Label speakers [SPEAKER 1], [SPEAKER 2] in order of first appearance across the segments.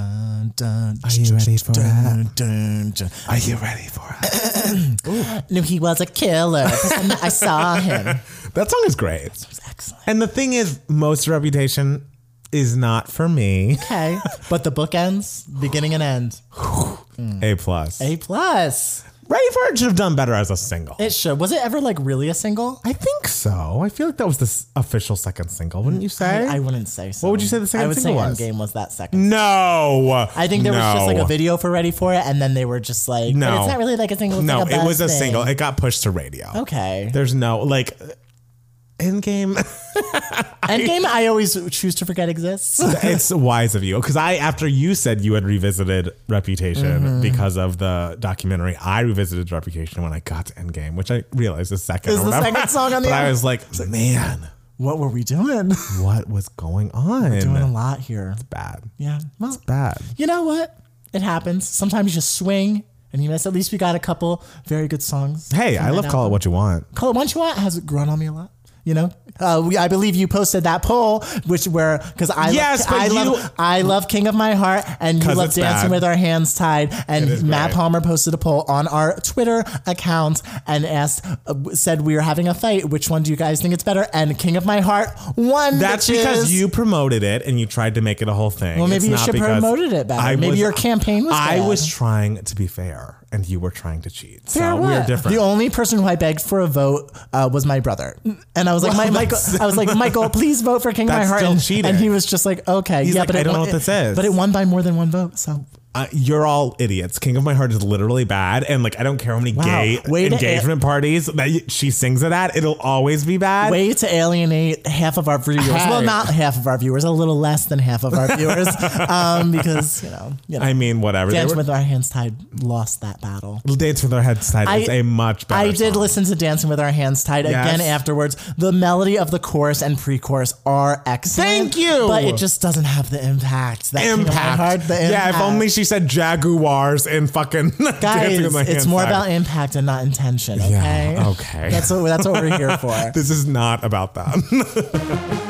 [SPEAKER 1] dun, dun,
[SPEAKER 2] Are you ready for
[SPEAKER 1] dun, dun, dun.
[SPEAKER 2] Are you ready for it?
[SPEAKER 1] Knew he was a killer. I saw him.
[SPEAKER 2] that song is great.
[SPEAKER 1] Excellent.
[SPEAKER 2] And the thing is, most Reputation is not for me.
[SPEAKER 1] Okay. But the book ends, beginning and end.
[SPEAKER 2] A plus.
[SPEAKER 1] Mm. A plus.
[SPEAKER 2] Ready for it should have done better as a single.
[SPEAKER 1] It should. Was it ever like really a single?
[SPEAKER 2] I think so. I feel like that was the s- official second single, wouldn't you say?
[SPEAKER 1] I wouldn't say so.
[SPEAKER 2] What would you say the second
[SPEAKER 1] I would
[SPEAKER 2] single
[SPEAKER 1] say
[SPEAKER 2] was?
[SPEAKER 1] Endgame was that second.
[SPEAKER 2] no.
[SPEAKER 1] I think there was just like
[SPEAKER 2] No.
[SPEAKER 1] a video for Ready for It, and then they were just like,
[SPEAKER 2] No.
[SPEAKER 1] but it's not really like a single. It's
[SPEAKER 2] No,
[SPEAKER 1] like a
[SPEAKER 2] it
[SPEAKER 1] buzz
[SPEAKER 2] was a
[SPEAKER 1] thing.
[SPEAKER 2] single. It got pushed to radio.
[SPEAKER 1] Okay.
[SPEAKER 2] There's no like Endgame.
[SPEAKER 1] Endgame, I always choose to forget exists.
[SPEAKER 2] it's wise of you because I after you said you had revisited Reputation
[SPEAKER 1] Mm-hmm.
[SPEAKER 2] because of the documentary, I revisited Reputation when I got to Endgame, which I realized is second.
[SPEAKER 1] Is
[SPEAKER 2] or
[SPEAKER 1] the
[SPEAKER 2] whatever.
[SPEAKER 1] second song on the
[SPEAKER 2] But I
[SPEAKER 1] album.
[SPEAKER 2] was like, man,
[SPEAKER 1] what were we doing?
[SPEAKER 2] what was going on?
[SPEAKER 1] doing a lot here.
[SPEAKER 2] bad.
[SPEAKER 1] Yeah. Well,
[SPEAKER 2] Bad.
[SPEAKER 1] you know what? It happens. Sometimes you just swing and you miss. At least we got a couple very good songs.
[SPEAKER 2] Hey,
[SPEAKER 1] from
[SPEAKER 2] I
[SPEAKER 1] that
[SPEAKER 2] love Call It
[SPEAKER 1] album.
[SPEAKER 2] What You Want.
[SPEAKER 1] Call It What You Want has grown on me a lot. You know, uh, we, I believe you posted that poll, which where because I
[SPEAKER 2] Yes,
[SPEAKER 1] love, I
[SPEAKER 2] but you-
[SPEAKER 1] love I love King of My Heart, and you
[SPEAKER 2] 'Cause
[SPEAKER 1] love
[SPEAKER 2] it's
[SPEAKER 1] Dancing
[SPEAKER 2] bad.
[SPEAKER 1] with Our Hands Tied,
[SPEAKER 2] is
[SPEAKER 1] and Matt
[SPEAKER 2] great.
[SPEAKER 1] Palmer posted a poll on our Twitter account and asked, uh, said we were having a fight. Which one do you guys think it's better? And King of My Heart won.
[SPEAKER 2] That's
[SPEAKER 1] bitches.
[SPEAKER 2] because you promoted it and you tried to make it a whole thing. Well,
[SPEAKER 1] maybe you should promoted it better. Maybe your campaign was
[SPEAKER 2] I
[SPEAKER 1] bad.
[SPEAKER 2] was trying to be fair, and you were trying to cheat.
[SPEAKER 1] Fair
[SPEAKER 2] so we're
[SPEAKER 1] what?
[SPEAKER 2] different.
[SPEAKER 1] The only person who I begged for a vote uh, was my brother, and I was like, "Mi- Michael, I was like, Michael, please vote for King of My
[SPEAKER 2] That's
[SPEAKER 1] Heart."
[SPEAKER 2] still
[SPEAKER 1] and,
[SPEAKER 2] cheating.
[SPEAKER 1] and he was just like, "Okay,
[SPEAKER 2] He's
[SPEAKER 1] yeah,
[SPEAKER 2] like,
[SPEAKER 1] but
[SPEAKER 2] "I
[SPEAKER 1] it
[SPEAKER 2] don't know
[SPEAKER 1] won-
[SPEAKER 2] what this is."
[SPEAKER 1] But it won by more than one vote, so
[SPEAKER 2] Uh, you're all idiots. King of My Heart is literally bad, and like I don't care how many gay
[SPEAKER 1] Way to
[SPEAKER 2] engagement parties that y- she sings it at, it'll always be bad.
[SPEAKER 1] way to alienate half of our viewers. Well,
[SPEAKER 2] Hey.
[SPEAKER 1] not half of our viewers, a little less than half of our viewers, um, because you know, you know,
[SPEAKER 2] I mean, whatever. They
[SPEAKER 1] Dance
[SPEAKER 2] were-
[SPEAKER 1] with Our Hands Tied lost that battle.
[SPEAKER 2] Dance with their heads tied is
[SPEAKER 1] I-
[SPEAKER 2] a much better.
[SPEAKER 1] I did
[SPEAKER 2] song.
[SPEAKER 1] listen to Dancing with Our Hands Tied again
[SPEAKER 2] Yes.
[SPEAKER 1] afterwards. The melody of the chorus and pre-chorus are excellent.
[SPEAKER 2] Thank you.
[SPEAKER 1] But it just doesn't have the impact. That King of My
[SPEAKER 2] Impact.
[SPEAKER 1] Heart, the
[SPEAKER 2] Yeah, if
[SPEAKER 1] impact.
[SPEAKER 2] only she said jaguars and fucking Dancing with
[SPEAKER 1] Guys,
[SPEAKER 2] My
[SPEAKER 1] it's
[SPEAKER 2] Hands
[SPEAKER 1] more
[SPEAKER 2] Tied.
[SPEAKER 1] about impact and not intention. Okay.
[SPEAKER 2] okay.
[SPEAKER 1] That's what that's what we're here for.
[SPEAKER 2] This is not about that.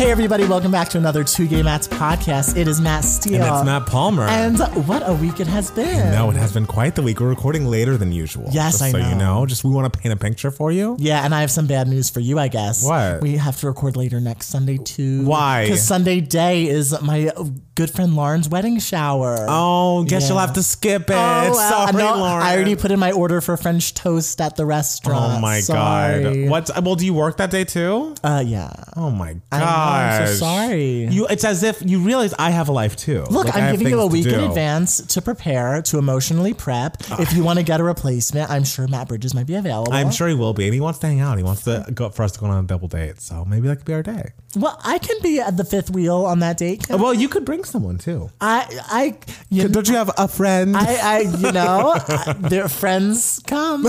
[SPEAKER 1] hey everybody, welcome back to another Two Gay Mats podcast. It is Matt Steele.
[SPEAKER 2] And it's Matt Palmer.
[SPEAKER 1] And what a week it has been.
[SPEAKER 2] no, it has been quite the week. We're recording later than usual.
[SPEAKER 1] Yes,
[SPEAKER 2] just
[SPEAKER 1] I
[SPEAKER 2] so you
[SPEAKER 1] know.
[SPEAKER 2] know. Just we want to paint a picture for you.
[SPEAKER 1] Yeah, and I have some bad news for you, I guess.
[SPEAKER 2] What?
[SPEAKER 1] We have to record later next Sunday too.
[SPEAKER 2] Why?
[SPEAKER 1] Because Sunday day is my uh, good friend Lauren's wedding shower.
[SPEAKER 2] Oh, guess
[SPEAKER 1] Yeah. Oh,
[SPEAKER 2] you'll have to skip it.
[SPEAKER 1] well,
[SPEAKER 2] Sorry,
[SPEAKER 1] no,
[SPEAKER 2] Lauren.
[SPEAKER 1] I already put in my order for French toast at the restaurant.
[SPEAKER 2] Oh my
[SPEAKER 1] Sorry.
[SPEAKER 2] god. What's well, do you work that day too?
[SPEAKER 1] Uh, yeah.
[SPEAKER 2] Oh my god.
[SPEAKER 1] know, I'm so sorry.
[SPEAKER 2] You it's as if you realize I have a life too.
[SPEAKER 1] Look,
[SPEAKER 2] Like, I
[SPEAKER 1] I'm
[SPEAKER 2] have
[SPEAKER 1] giving you a
[SPEAKER 2] things to
[SPEAKER 1] week in
[SPEAKER 2] do.
[SPEAKER 1] advance to prepare, to emotionally prep. If you want to get a replacement, I'm sure Matt Bridges might be available.
[SPEAKER 2] I'm sure he will be, and he wants to hang out. He wants to go for us to go on a double date. So maybe that could be our day. Oh,
[SPEAKER 1] Well, I can be at the fifth wheel on that date.
[SPEAKER 2] Well, you could bring someone too.
[SPEAKER 1] I, I, you
[SPEAKER 2] Don't you have a friend?
[SPEAKER 1] I, I, you know, I- their friends come,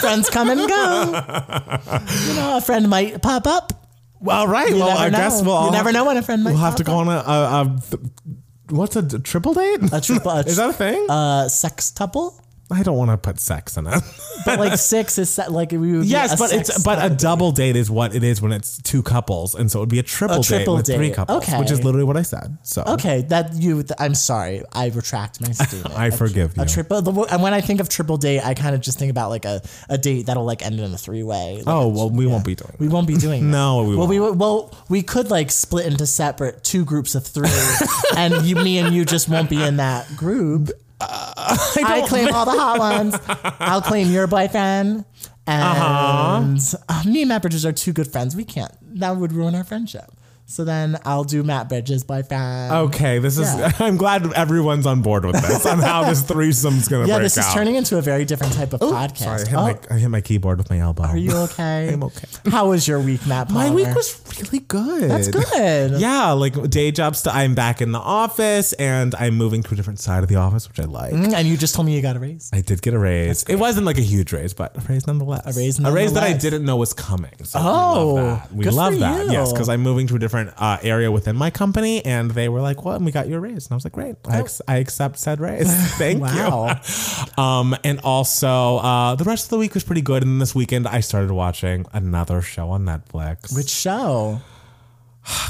[SPEAKER 1] friends come and go. You know, a friend might pop up.
[SPEAKER 2] Well, all right.
[SPEAKER 1] You
[SPEAKER 2] well,
[SPEAKER 1] never
[SPEAKER 2] I
[SPEAKER 1] know.
[SPEAKER 2] guess we'll.
[SPEAKER 1] you never know when a friend might.
[SPEAKER 2] We'll have to
[SPEAKER 1] pop
[SPEAKER 2] go
[SPEAKER 1] up.
[SPEAKER 2] on a, a, a th- what's a, d- triple date?
[SPEAKER 1] a triple. A
[SPEAKER 2] Is that a thing?
[SPEAKER 1] uh, sextuple?
[SPEAKER 2] I don't want to put sex in it.
[SPEAKER 1] But like six is se- like we would. be
[SPEAKER 2] yes,
[SPEAKER 1] a
[SPEAKER 2] but it's
[SPEAKER 1] sex-
[SPEAKER 2] but a double date is what it is when it's two couples, and so it would be a triple,
[SPEAKER 1] triple
[SPEAKER 2] date with three
[SPEAKER 1] date.
[SPEAKER 2] couples,
[SPEAKER 1] Okay.
[SPEAKER 2] which is literally what I said. So
[SPEAKER 1] okay. That you. I'm sorry. I retract my statement.
[SPEAKER 2] I forgive you.
[SPEAKER 1] A triple. the- And when I think of triple date, I kind of just think about like a, a date that'll like end in a three way. Like
[SPEAKER 2] oh well, we won't be doing.
[SPEAKER 1] We won't be doing that.
[SPEAKER 2] No, we
[SPEAKER 1] well,
[SPEAKER 2] won't.
[SPEAKER 1] We, would- well, we could like split into separate two groups of three, and you, me, and you just won't be in that group.
[SPEAKER 2] uh,
[SPEAKER 1] I, claim all the hot ones. I'll claim your boyfriend,
[SPEAKER 2] Uh-huh.
[SPEAKER 1] and uh, me and Matt Bridges are two good friends. We can't. That would ruin our friendship. So then I'll do Matt Bridges boyfriend.
[SPEAKER 2] that. Okay, this is.
[SPEAKER 1] Yeah.
[SPEAKER 2] I'm glad everyone's on board with this on how this threesome's gonna
[SPEAKER 1] yeah,
[SPEAKER 2] break
[SPEAKER 1] this is
[SPEAKER 2] out.
[SPEAKER 1] turning into a very different type of
[SPEAKER 2] Sorry, I
[SPEAKER 1] podcast.
[SPEAKER 2] hit,
[SPEAKER 1] oh,
[SPEAKER 2] my, I hit my keyboard with my elbow.
[SPEAKER 1] are you okay?
[SPEAKER 2] I'm okay.
[SPEAKER 1] How was your week, Matt?
[SPEAKER 2] My week
[SPEAKER 1] Palmer?
[SPEAKER 2] was really good.
[SPEAKER 1] That's good.
[SPEAKER 2] Yeah, like day job stuff. I'm back in the office and I'm moving to a different side of the office, which I like.
[SPEAKER 1] Mm, And you just told me you got a raise.
[SPEAKER 2] I did get a raise. It wasn't like a huge raise, but a raise
[SPEAKER 1] A
[SPEAKER 2] nonetheless.
[SPEAKER 1] raise
[SPEAKER 2] A raise that I
[SPEAKER 1] nonetheless.
[SPEAKER 2] didn't know was coming. So
[SPEAKER 1] Oh,
[SPEAKER 2] we love that. We
[SPEAKER 1] good for
[SPEAKER 2] love that. Yes,
[SPEAKER 1] you.
[SPEAKER 2] because I'm moving to a different uh, area within my company, and they were like, "What?" And we got you a raise, and I was like, "Great, I, ex- I accept said raise. Thank
[SPEAKER 1] Oh. Wow.
[SPEAKER 2] you." um, and also, uh, the rest of the week was pretty good. And then this weekend, I started watching another show on Netflix. Ah,
[SPEAKER 1] Which show?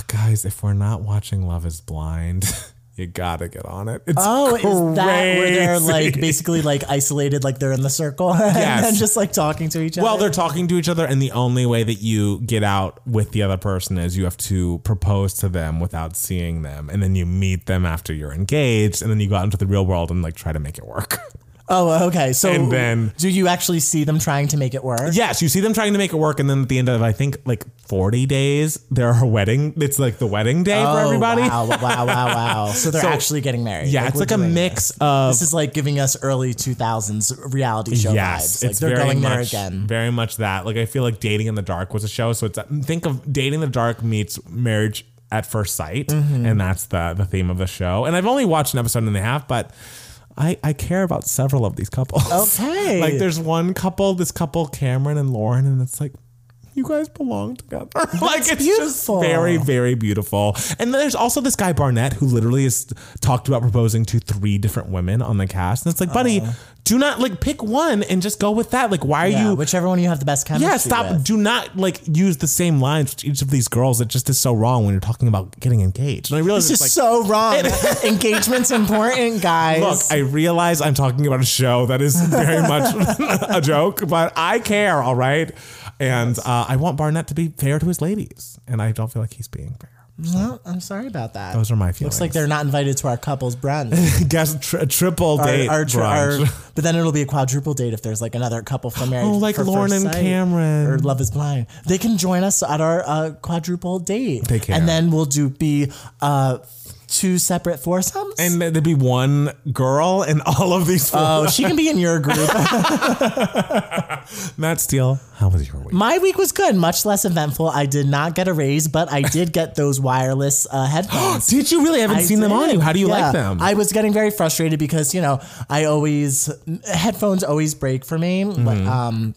[SPEAKER 2] guys, if we're not watching Love Is Blind, you gotta get on it. It's
[SPEAKER 1] Oh, is that where they're
[SPEAKER 2] crazy.
[SPEAKER 1] like basically like isolated, like they're in the circle and
[SPEAKER 2] Yes.
[SPEAKER 1] then just like talking to each other?
[SPEAKER 2] Well, they're talking to each other, and the only way that you get out with the other person is you have to propose to them without seeing them, and then you meet them after you're engaged, and then you go out into the real world and like try to make it work.
[SPEAKER 1] Oh, okay. So
[SPEAKER 2] And then-
[SPEAKER 1] do you actually see them trying to make it work?
[SPEAKER 2] yes, you see them trying to make it work, and then at the end of I think like 40 days, their wedding. It's like the wedding day for
[SPEAKER 1] Oh,
[SPEAKER 2] everybody.
[SPEAKER 1] Wow, wow, wow, wow. So they're
[SPEAKER 2] So-
[SPEAKER 1] actually getting married.
[SPEAKER 2] Yeah, it's
[SPEAKER 1] we're
[SPEAKER 2] like a
[SPEAKER 1] doing
[SPEAKER 2] mix
[SPEAKER 1] this.
[SPEAKER 2] of
[SPEAKER 1] This is like giving us early 2000s reality show vibes. Like they're going there
[SPEAKER 2] much-
[SPEAKER 1] again.
[SPEAKER 2] Very much that. Like I feel like Dating in the Dark was a show. So it's think of Dating in the Dark meets Marriage at First Sight,
[SPEAKER 1] Mm-hmm.
[SPEAKER 2] and that's the the theme of the show. And I've only watched an episode and a half, but. I, I care about several of these couples.
[SPEAKER 1] Okay.
[SPEAKER 2] like there's one couple, this couple, Cameron and Lauren, and it's like, you guys belong together. like it's just
[SPEAKER 1] beautiful.
[SPEAKER 2] very, very beautiful. And then there's also this guy Barnett who literally has talked about proposing to three different women on the cast. And it's like, buddy, do not like pick one and just go with that. Like, why are
[SPEAKER 1] Yeah,
[SPEAKER 2] you?
[SPEAKER 1] whichever one you have the best chemistry.
[SPEAKER 2] yeah, stop.
[SPEAKER 1] with.
[SPEAKER 2] Do not like use the same lines to each of these girls. It just is so wrong when you're talking about getting engaged. And I realize
[SPEAKER 1] This is
[SPEAKER 2] it's like,
[SPEAKER 1] so wrong. Engagement's important, guys.
[SPEAKER 2] Look, I realize I'm talking about a show that is very much a joke, but I care, all right? And uh, I want Barnett to be fair to his ladies, and I don't feel like he's being fair.
[SPEAKER 1] Well, I'm sorry about that.
[SPEAKER 2] Those are my feelings.
[SPEAKER 1] Looks like they're not invited to our couple's brunch.
[SPEAKER 2] guess tri- triple
[SPEAKER 1] Our-
[SPEAKER 2] date
[SPEAKER 1] our tr- our-
[SPEAKER 2] brunch.
[SPEAKER 1] but then it'll be a quadruple date if there's like another couple from married.
[SPEAKER 2] Oh, like
[SPEAKER 1] for
[SPEAKER 2] Lauren
[SPEAKER 1] First
[SPEAKER 2] and
[SPEAKER 1] Sight
[SPEAKER 2] Cameron.
[SPEAKER 1] or Love Is Blind. They can join us at our uh, quadruple date.
[SPEAKER 2] They can.
[SPEAKER 1] and then we'll do be uh, two separate foursomes.
[SPEAKER 2] and there'd be one girl in all of these.
[SPEAKER 1] oh, she can be in your group.
[SPEAKER 2] Matt Steele, how was your week?
[SPEAKER 1] My week was good, much less eventful. I did not get a raise, but I did get those wireless uh, headphones.
[SPEAKER 2] Did you really? I haven't
[SPEAKER 1] I
[SPEAKER 2] seen them on
[SPEAKER 1] did.
[SPEAKER 2] you. How do you
[SPEAKER 1] Yeah.
[SPEAKER 2] like them?
[SPEAKER 1] I was getting very frustrated because you know I always headphones always break for me, but
[SPEAKER 2] Mm-hmm.
[SPEAKER 1] um,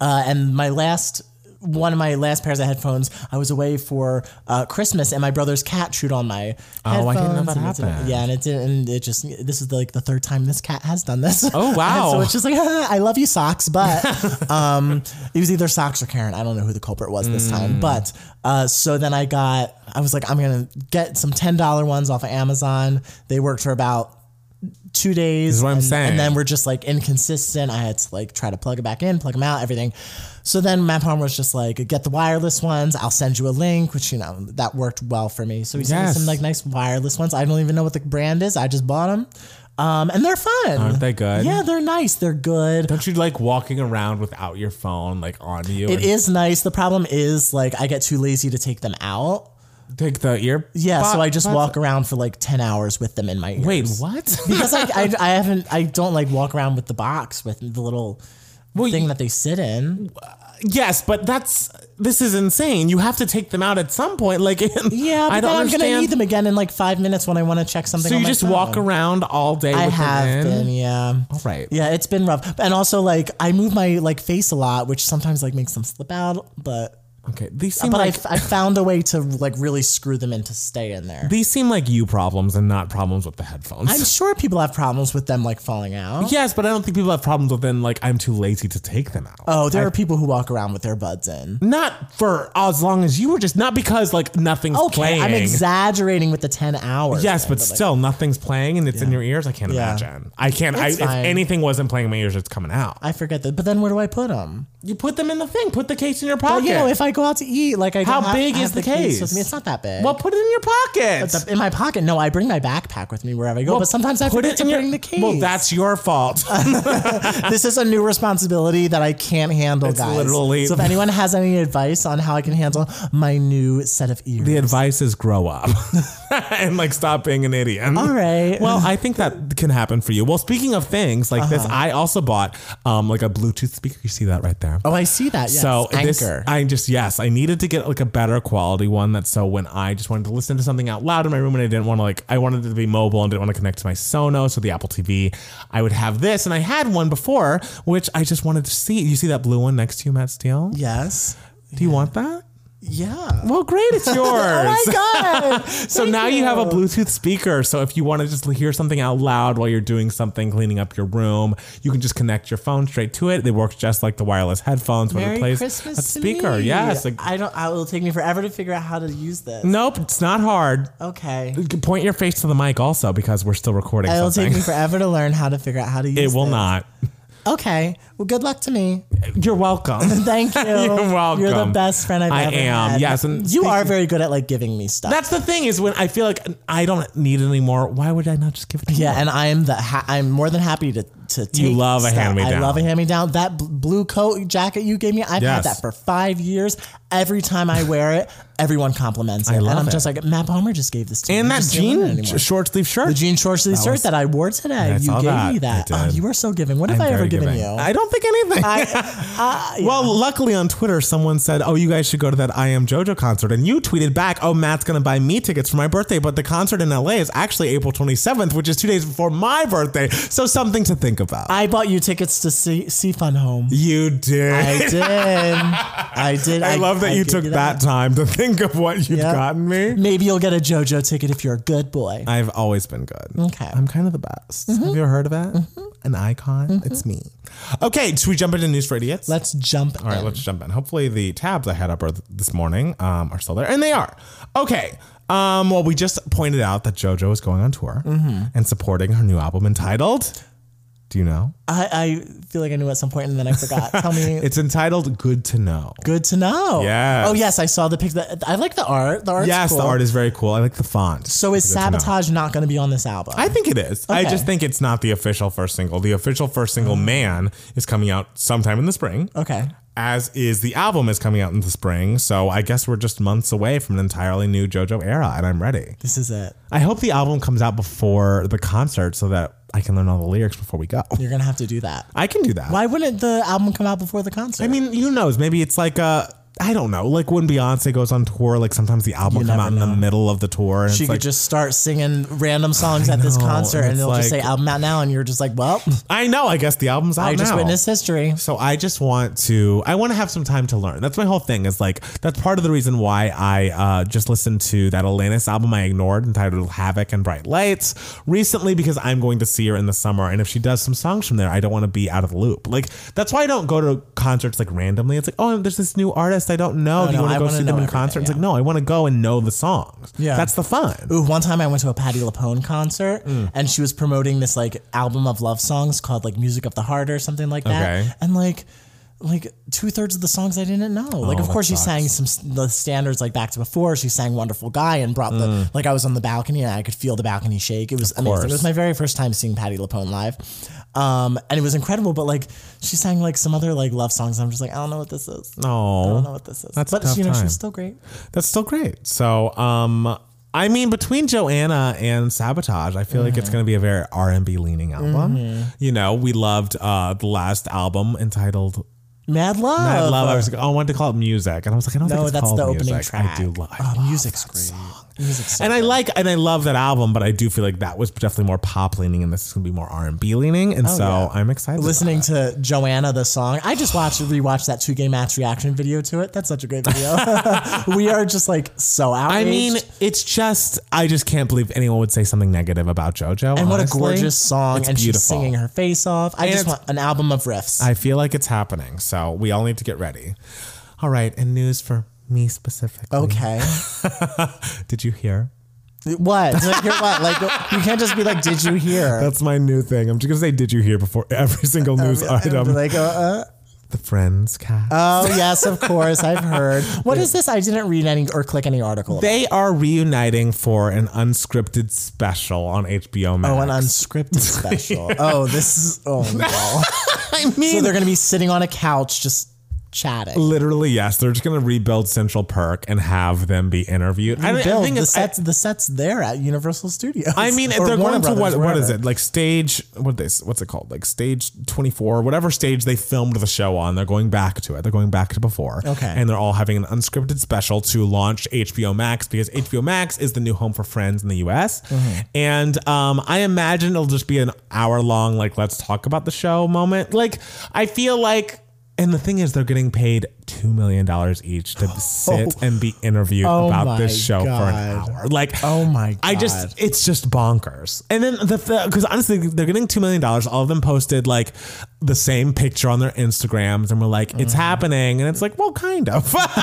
[SPEAKER 1] uh, and my last. One of my last pairs of headphones, I was away for uh, Christmas, and my brother's cat chewed on my
[SPEAKER 2] Oh, I
[SPEAKER 1] headphones.
[SPEAKER 2] didn't know that
[SPEAKER 1] and it didn't-
[SPEAKER 2] happened.
[SPEAKER 1] Yeah, and it didn't. And it just this is like the third time this cat has done this.
[SPEAKER 2] Oh,
[SPEAKER 1] And
[SPEAKER 2] wow.
[SPEAKER 1] so it's just like "Ah, I love you socks, but um, it was either socks or Karen. I don't know who the culprit was this
[SPEAKER 2] Mm.
[SPEAKER 1] time, but uh, so then I got. I was like, I'm gonna get some ten dollar ones off of Amazon. They worked for about two days.
[SPEAKER 2] what I'm
[SPEAKER 1] and,
[SPEAKER 2] saying.
[SPEAKER 1] And then we're just like inconsistent. I had to like try to plug it back in, plug them out, everything. So then Matt Palmer was just like, get the wireless ones. I'll send you a link, which, you know, that worked well for me. So he sent me
[SPEAKER 2] Yes.
[SPEAKER 1] some like nice wireless ones. I don't even know what the brand is. I just bought them. Um, and they're fun.
[SPEAKER 2] Aren't they good?
[SPEAKER 1] Yeah, they're nice. They're good.
[SPEAKER 2] Don't you like walking around without your phone like on you?
[SPEAKER 1] It
[SPEAKER 2] and
[SPEAKER 1] is nice. The problem is like I get too lazy to take them out.
[SPEAKER 2] take the ear.
[SPEAKER 1] Yeah, so
[SPEAKER 2] But-
[SPEAKER 1] I just
[SPEAKER 2] but-
[SPEAKER 1] walk around for like 10 hours with them in my ears.
[SPEAKER 2] Wait, what?
[SPEAKER 1] because I, I, I haven't I don't like walk around with the box with the little
[SPEAKER 2] Well,
[SPEAKER 1] thing
[SPEAKER 2] you-
[SPEAKER 1] that they sit in.
[SPEAKER 2] Yes, but that's this is insane. You have to take them out at some point. Like,
[SPEAKER 1] Yeah, but
[SPEAKER 2] I don't
[SPEAKER 1] then I'm gonna
[SPEAKER 2] understand.
[SPEAKER 1] need them again in like five minutes when I want to check something.
[SPEAKER 2] so
[SPEAKER 1] on
[SPEAKER 2] you
[SPEAKER 1] my
[SPEAKER 2] just
[SPEAKER 1] phone.
[SPEAKER 2] walk around all day.
[SPEAKER 1] I
[SPEAKER 2] with them
[SPEAKER 1] have
[SPEAKER 2] in?
[SPEAKER 1] been, yeah.
[SPEAKER 2] All right.
[SPEAKER 1] Yeah, it's been rough, and also like I move my like face a lot, which sometimes like makes them slip out. But
[SPEAKER 2] Okay. These seem
[SPEAKER 1] Uh, but
[SPEAKER 2] like
[SPEAKER 1] I, I found a way to like really screw them in to stay in there.
[SPEAKER 2] these seem like you problems and not problems with the headphones.
[SPEAKER 1] I'm sure people have problems with them like falling out.
[SPEAKER 2] yes, but I don't think people have problems with them. Like, I'm too lazy to take them out.
[SPEAKER 1] Oh, there are people who walk around with their buds in.
[SPEAKER 2] not for as long as you were just not because like nothing's
[SPEAKER 1] Okay,
[SPEAKER 2] playing.
[SPEAKER 1] I'm exaggerating with the ten hours.
[SPEAKER 2] Yes, but, still, nothing's playing and it's in your ears. I can't
[SPEAKER 1] Yeah.
[SPEAKER 2] imagine. I can't. I,
[SPEAKER 1] That's
[SPEAKER 2] if
[SPEAKER 1] fine.
[SPEAKER 2] anything wasn't playing in my ears, it's coming out.
[SPEAKER 1] I forget that. But then where do I put them?
[SPEAKER 2] You put them in the thing. Put the case in your pocket.
[SPEAKER 1] Well, you know, if I go out to eat, like I
[SPEAKER 2] How
[SPEAKER 1] don't have-
[SPEAKER 2] big
[SPEAKER 1] I
[SPEAKER 2] is
[SPEAKER 1] have
[SPEAKER 2] the case?
[SPEAKER 1] with me. It's not that big.
[SPEAKER 2] Well, put it in your pocket.
[SPEAKER 1] The- in my pocket. No, I bring my backpack with me wherever I go. but sometimes I
[SPEAKER 2] put
[SPEAKER 1] forget
[SPEAKER 2] it
[SPEAKER 1] to
[SPEAKER 2] in your-
[SPEAKER 1] bring the case.
[SPEAKER 2] Well, that's your fault.
[SPEAKER 1] this is a new responsibility that I can't handle,
[SPEAKER 2] It's
[SPEAKER 1] guys.
[SPEAKER 2] literally-
[SPEAKER 1] So if anyone has any advice on how I can handle my new set of ears,
[SPEAKER 2] the advice is grow up and like stop being an idiot.
[SPEAKER 1] all right.
[SPEAKER 2] Well, I think that can happen for you. Well, speaking of things like
[SPEAKER 1] Uh-huh.
[SPEAKER 2] this, I also bought um like a Bluetooth speaker. You see that right there.
[SPEAKER 1] oh, I see that. Yes.
[SPEAKER 2] So
[SPEAKER 1] anchor.
[SPEAKER 2] this, I just yes, I needed to get like a better quality one. That so when I just wanted to listen to something out loud in my room and I didn't want to like I wanted it to be mobile and didn't want to connect to my Sonos or the Apple TV, I would have this. And I had one before, which I just wanted to see. You see that blue one next to you, Matt Steele?
[SPEAKER 1] yes.
[SPEAKER 2] Do you want that?
[SPEAKER 1] Yeah.
[SPEAKER 2] Well, great, it's yours.
[SPEAKER 1] Oh my god.
[SPEAKER 2] so now you. have a Bluetooth speaker. So if you want to just hear something out loud while you're doing something, cleaning up your room, you can just connect your phone straight to it. They work just like the wireless headphones when
[SPEAKER 1] Merry
[SPEAKER 2] it plays
[SPEAKER 1] Christmas
[SPEAKER 2] a
[SPEAKER 1] to
[SPEAKER 2] speaker.
[SPEAKER 1] me.
[SPEAKER 2] Yes. Like,
[SPEAKER 1] I don't. I will take me forever to figure out how to use this.
[SPEAKER 2] nope, it's not hard.
[SPEAKER 1] Okay.
[SPEAKER 2] You can Point your face to the mic also because we're still recording
[SPEAKER 1] It'll take
[SPEAKER 2] something.
[SPEAKER 1] me forever to learn how to figure out how to use
[SPEAKER 2] It will
[SPEAKER 1] this.
[SPEAKER 2] not.
[SPEAKER 1] Okay. Well, good luck to me.
[SPEAKER 2] You're welcome.
[SPEAKER 1] Thank you.
[SPEAKER 2] You're welcome.
[SPEAKER 1] You're the best friend I've
[SPEAKER 2] I
[SPEAKER 1] ever
[SPEAKER 2] am.
[SPEAKER 1] had.
[SPEAKER 2] Yes, and
[SPEAKER 1] you
[SPEAKER 2] speaking-
[SPEAKER 1] are very good at like giving me stuff.
[SPEAKER 2] That's the thing is when I feel like I don't need it anymore. Why would I not just give it to you?
[SPEAKER 1] yeah, and I am the ha- I'm more than happy to to take.
[SPEAKER 2] You love a
[SPEAKER 1] stuff.
[SPEAKER 2] hand-me-down.
[SPEAKER 1] I love a hand me down. That bl- blue coat jacket you gave me, I've
[SPEAKER 2] Yes.
[SPEAKER 1] had that for five years. Every time I wear it, everyone compliments it,
[SPEAKER 2] I love
[SPEAKER 1] and I'm
[SPEAKER 2] it.
[SPEAKER 1] just like Matt Palmer just gave this to me.
[SPEAKER 2] And that
[SPEAKER 1] Just don't wear it
[SPEAKER 2] jean
[SPEAKER 1] anymore.
[SPEAKER 2] short sleeve shirt.
[SPEAKER 1] the jean shorts that shirt
[SPEAKER 2] was-
[SPEAKER 1] that I wore today.
[SPEAKER 2] I
[SPEAKER 1] you
[SPEAKER 2] saw
[SPEAKER 1] gave
[SPEAKER 2] that.
[SPEAKER 1] me that.
[SPEAKER 2] I
[SPEAKER 1] Oh,
[SPEAKER 2] did.
[SPEAKER 1] you were so giving. What have
[SPEAKER 2] I'm
[SPEAKER 1] I ever
[SPEAKER 2] very
[SPEAKER 1] given
[SPEAKER 2] giving.
[SPEAKER 1] you?
[SPEAKER 2] I don't think anything.
[SPEAKER 1] I-
[SPEAKER 2] Well, luckily on Twitter, someone said, "Oh, you guys should go to that I Am JoJo concert," and you tweeted back, "Oh, Matt's gonna buy me tickets for my birthday, but the concert in LA is actually April 27th, which is two days before my birthday, so something to think about."
[SPEAKER 1] I bought you tickets to see see Fun Home.
[SPEAKER 2] you did.
[SPEAKER 1] I
[SPEAKER 2] I,
[SPEAKER 1] did. I did.
[SPEAKER 2] love that you
[SPEAKER 1] gave
[SPEAKER 2] took
[SPEAKER 1] you
[SPEAKER 2] that time to think of what you've
[SPEAKER 1] Yep.
[SPEAKER 2] gotten me.
[SPEAKER 1] Maybe you'll get a JoJo ticket if you're a good boy.
[SPEAKER 2] I've always been good.
[SPEAKER 1] Okay. Mm-hmm.
[SPEAKER 2] I'm kind of the best. Have you ever heard of that? An icon? It's me. Okay, should we jump into news for idiots?
[SPEAKER 1] Let's jump
[SPEAKER 2] All right,
[SPEAKER 1] in.
[SPEAKER 2] let's jump in. Hopefully, the tabs I had up are th- this morning um, are still there, and they are. Okay. Um, well, we just pointed out that JoJo is going on tour
[SPEAKER 1] Mm-hmm.
[SPEAKER 2] and supporting her new album entitled. Do you know?
[SPEAKER 1] I, I feel like I knew at some point and then I forgot. Tell me.
[SPEAKER 2] It's entitled "Good to Know."
[SPEAKER 1] Good to know.
[SPEAKER 2] Yes.
[SPEAKER 1] Oh yes, I saw the picture. I like the art. The art's
[SPEAKER 2] yes,
[SPEAKER 1] cool.
[SPEAKER 2] the art is very cool. I like the font.
[SPEAKER 1] So is
[SPEAKER 2] Good to Know.
[SPEAKER 1] sabotage not going to be on this album?
[SPEAKER 2] I think it is. I
[SPEAKER 1] Okay. Mm.
[SPEAKER 2] just think it's not the official first single. The official first single, "Man," is coming out sometime in the spring.
[SPEAKER 1] okay.
[SPEAKER 2] As is the album is coming out in the spring, so I guess we're just months away from an entirely new JoJo era, and I'm ready.
[SPEAKER 1] This is it.
[SPEAKER 2] I hope the album comes out before the concert so that I can learn all the lyrics before we go.
[SPEAKER 1] You're gonna have to do that.
[SPEAKER 2] I can do that.
[SPEAKER 1] Why wouldn't the album come out before the concert?
[SPEAKER 2] I mean, who knows? Maybe it's like a. I don't know. Like when Beyonce goes on tour, like sometimes the album
[SPEAKER 1] You
[SPEAKER 2] come
[SPEAKER 1] never
[SPEAKER 2] out in the middle of the tour, and
[SPEAKER 1] she
[SPEAKER 2] it's
[SPEAKER 1] could
[SPEAKER 2] like,
[SPEAKER 1] just start singing random songs at this
[SPEAKER 2] know,
[SPEAKER 1] concert,
[SPEAKER 2] and
[SPEAKER 1] and,
[SPEAKER 2] it's
[SPEAKER 1] they'll just say
[SPEAKER 2] like-
[SPEAKER 1] album out now, and you're just like, well,
[SPEAKER 2] I know. I guess the album's out
[SPEAKER 1] I just
[SPEAKER 2] now.
[SPEAKER 1] witnessed history.
[SPEAKER 2] So I just want to I want to have some time to learn. That's my whole thing is like that's part of the reason why I uh, just listened to that Alanis album I ignored entitled Havoc and Bright Lights recently because I'm going to see her in the summer and if she does some songs from there I don't want to be out of the loop. Like that's why I don't go to concerts like randomly. It's like oh there's this new artist I don't know.
[SPEAKER 1] Oh,
[SPEAKER 2] Do you
[SPEAKER 1] no,
[SPEAKER 2] want to
[SPEAKER 1] I
[SPEAKER 2] go
[SPEAKER 1] wanna
[SPEAKER 2] see them
[SPEAKER 1] know
[SPEAKER 2] in
[SPEAKER 1] everything,
[SPEAKER 2] concert? It's
[SPEAKER 1] yeah.
[SPEAKER 2] like no I want to go and know the songs.
[SPEAKER 1] Yeah.
[SPEAKER 2] That's the fun.
[SPEAKER 1] Ooh, one time I went to a Patti LaPone concert
[SPEAKER 2] Mm.
[SPEAKER 1] and she was promoting this like album of love songs called like Music of the Heart or something like that.
[SPEAKER 2] Okay.
[SPEAKER 1] And like like two thirds of the songs I didn't know. Like of
[SPEAKER 2] Oh, that
[SPEAKER 1] course she
[SPEAKER 2] sucks.
[SPEAKER 1] sang some s- the standards like back to before. She sang Wonderful Guy and brought the like I was on the balcony and I could feel the balcony shake. It was amazing. It
[SPEAKER 2] Mm. course.
[SPEAKER 1] was my very first time seeing Patti LaPone live. Um, and it was incredible, but like she sang like some other like love songs. I'm just like, I don't know what this is. I don't know
[SPEAKER 2] No.
[SPEAKER 1] what this is.
[SPEAKER 2] That's a
[SPEAKER 1] but
[SPEAKER 2] tough
[SPEAKER 1] you know, she
[SPEAKER 2] time.
[SPEAKER 1] was still great.
[SPEAKER 2] That's still great. So, um, I mean, between Joanna and Sabotage, I feel
[SPEAKER 1] Mm-hmm.
[SPEAKER 2] like it's going to be a very R and B leaning album. You know, we loved uh, the last album entitled
[SPEAKER 1] Mad Love.
[SPEAKER 2] "I Love." I was like, oh, I wanted to call it music, and I was like, I don't think
[SPEAKER 1] No,
[SPEAKER 2] it's
[SPEAKER 1] that's
[SPEAKER 2] called
[SPEAKER 1] the
[SPEAKER 2] music.
[SPEAKER 1] opening track.
[SPEAKER 2] I do love. I
[SPEAKER 1] Oh,
[SPEAKER 2] love
[SPEAKER 1] music's
[SPEAKER 2] that
[SPEAKER 1] great.
[SPEAKER 2] song.
[SPEAKER 1] Music's so
[SPEAKER 2] And I like and I love that album, but I do feel like that was definitely more pop leaning, and this is going to be more R and B leaning. And so
[SPEAKER 1] Oh, yeah.
[SPEAKER 2] I'm excited. about
[SPEAKER 1] listening to Joanna the song. I just watched rewatched that two game match reaction video to it. That's such a great video. we are just like so
[SPEAKER 2] I
[SPEAKER 1] outraged.
[SPEAKER 2] mean, it's just I just can't believe anyone would say something negative about JoJo.
[SPEAKER 1] and what a
[SPEAKER 2] honestly.
[SPEAKER 1] gorgeous song!
[SPEAKER 2] It's
[SPEAKER 1] and
[SPEAKER 2] beautiful.
[SPEAKER 1] she's singing her face off. I just
[SPEAKER 2] it's-
[SPEAKER 1] want an album of riffs.
[SPEAKER 2] I feel like it's happening, so we all need to get ready. All right, and news for me specifically.
[SPEAKER 1] okay,
[SPEAKER 2] Did you hear?
[SPEAKER 1] what? Like, you're what? Like you can't just be like, did you hear?
[SPEAKER 2] That's my new thing. I'm just gonna say, did you hear before every single news
[SPEAKER 1] And be
[SPEAKER 2] item?
[SPEAKER 1] Like, uh, uh,
[SPEAKER 2] The Friends cast.
[SPEAKER 1] oh yes, of course, I've heard. What is this? I didn't read any or click any article. about.
[SPEAKER 2] they are reuniting for an unscripted special on HBO Max.
[SPEAKER 1] Oh, an unscripted special. Oh, this is oh no.
[SPEAKER 2] I mean,
[SPEAKER 1] So they're gonna be sitting on a couch just chatting.
[SPEAKER 2] literally, yes. They're just gonna rebuild Central Park and have them be interviewed. I, mean, I
[SPEAKER 1] Bill,
[SPEAKER 2] think
[SPEAKER 1] the
[SPEAKER 2] it's- I-
[SPEAKER 1] sets the sets there at Universal Studios.
[SPEAKER 2] I mean, if
[SPEAKER 1] Or
[SPEAKER 2] they're
[SPEAKER 1] Warner
[SPEAKER 2] going to
[SPEAKER 1] Brothers,
[SPEAKER 2] what? What is
[SPEAKER 1] wherever.
[SPEAKER 2] it like? Stage what this? What's it called? Like stage twenty four, whatever stage they filmed the show on. They're going back to it. They're going back to before.
[SPEAKER 1] Okay.
[SPEAKER 2] and they're all having an unscripted special to launch HBO Max because HBO Max is the new home for Friends in the U.S.
[SPEAKER 1] Mm-hmm.
[SPEAKER 2] And um, I imagine it'll just be an hour long, like let's talk about the show moment. Like I feel like And the thing is, they're getting paid two million dollars each to sit and be interviewed
[SPEAKER 1] Oh
[SPEAKER 2] about this
[SPEAKER 1] my
[SPEAKER 2] show for
[SPEAKER 1] God.
[SPEAKER 2] an hour. Like,
[SPEAKER 1] Oh my
[SPEAKER 2] I
[SPEAKER 1] God.
[SPEAKER 2] just, it's just bonkers. And then the because honestly, they're getting two million dollars. All of them posted like the same picture on their Instagrams, and we're like, it's
[SPEAKER 1] Mm-hmm.
[SPEAKER 2] happening, and it's like, well, kind of.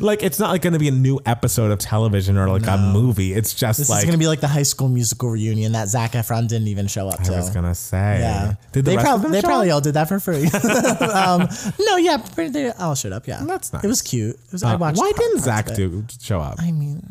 [SPEAKER 2] like, it's not like going to be a new episode of television or like a movie. It's just
[SPEAKER 1] This
[SPEAKER 2] like
[SPEAKER 1] is gonna be like the high school musical reunion that Zach Efron didn't even show up to.
[SPEAKER 2] I was gonna say.
[SPEAKER 1] yeah,
[SPEAKER 2] Did the
[SPEAKER 1] they,
[SPEAKER 2] rest
[SPEAKER 1] prob-
[SPEAKER 2] of them
[SPEAKER 1] they
[SPEAKER 2] show
[SPEAKER 1] probably
[SPEAKER 2] up?
[SPEAKER 1] all did that for free. um, no, yeah, pretty- they all showed up. Yeah,
[SPEAKER 2] That's nice.
[SPEAKER 1] It was cute. It was, I
[SPEAKER 2] Uh,
[SPEAKER 1] watched
[SPEAKER 2] why
[SPEAKER 1] par-
[SPEAKER 2] didn't
[SPEAKER 1] parts
[SPEAKER 2] Zach
[SPEAKER 1] of it.
[SPEAKER 2] do show up?
[SPEAKER 1] I mean,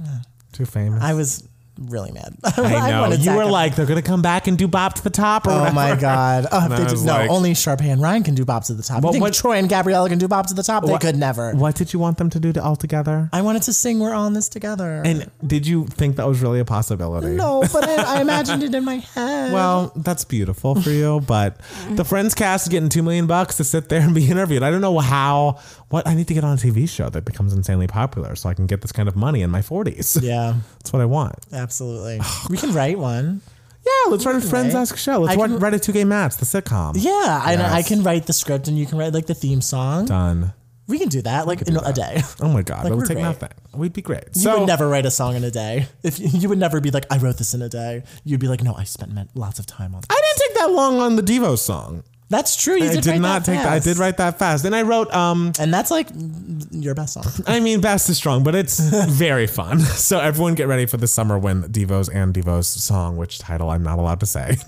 [SPEAKER 2] Too famous.
[SPEAKER 1] I was really mad.
[SPEAKER 2] I know.
[SPEAKER 1] wanted
[SPEAKER 2] you
[SPEAKER 1] Zac
[SPEAKER 2] were
[SPEAKER 1] Efron.
[SPEAKER 2] like, they're gonna come back and do Bop to the Top. Or
[SPEAKER 1] Oh
[SPEAKER 2] whatever.
[SPEAKER 1] my god! Oh, if
[SPEAKER 2] I
[SPEAKER 1] they
[SPEAKER 2] was
[SPEAKER 1] did, no,
[SPEAKER 2] like-
[SPEAKER 1] only Sharpay and Ryan can do bops to the top.
[SPEAKER 2] What-
[SPEAKER 1] you think
[SPEAKER 2] what-
[SPEAKER 1] Troy and Gabriella can do bops to the top?
[SPEAKER 2] What-
[SPEAKER 1] they could never.
[SPEAKER 2] What did you want them to do to all together?
[SPEAKER 1] I wanted to sing "We're on this together."
[SPEAKER 2] And did you think that was really a possibility?
[SPEAKER 1] no, but I, I imagined it in my head.
[SPEAKER 2] Well, that's beautiful for you, but the Friends cast is getting two million bucks to sit there and be interviewed. I don't know how. What I need to get on a TV show that becomes insanely popular, so I can get this kind of money in my forties.
[SPEAKER 1] yeah,
[SPEAKER 2] That's what I want.
[SPEAKER 1] absolutely. we can write one.
[SPEAKER 2] Yeah, let's write a Friends
[SPEAKER 1] Right.
[SPEAKER 2] Ask a Show. Let's
[SPEAKER 1] I can-
[SPEAKER 2] write a two gay match, the sitcom.
[SPEAKER 1] Yeah, I know I
[SPEAKER 2] Yes.
[SPEAKER 1] can write the script, and you can write like the theme song.
[SPEAKER 2] done.
[SPEAKER 1] We can do that, like in a day.
[SPEAKER 2] Oh my god, that
[SPEAKER 1] we're
[SPEAKER 2] would take
[SPEAKER 1] great.
[SPEAKER 2] nothing. We'd be great.
[SPEAKER 1] You
[SPEAKER 2] so
[SPEAKER 1] would never write a song in a day. If you, you would never be like, I wrote this in a day. You'd be like, No, I spent men- lots of time on.
[SPEAKER 2] I didn't take that long on the Devo song.
[SPEAKER 1] That's true. You
[SPEAKER 2] I
[SPEAKER 1] did,
[SPEAKER 2] did,
[SPEAKER 1] write
[SPEAKER 2] not
[SPEAKER 1] that
[SPEAKER 2] take that. I did
[SPEAKER 1] fast.
[SPEAKER 2] write that fast. And I wrote um
[SPEAKER 1] and that's like mm, your best song.
[SPEAKER 2] I mean fast is strong, but it's very fun. So everyone get ready for the summer when Devo's and Devo's song, which title I'm not allowed to say,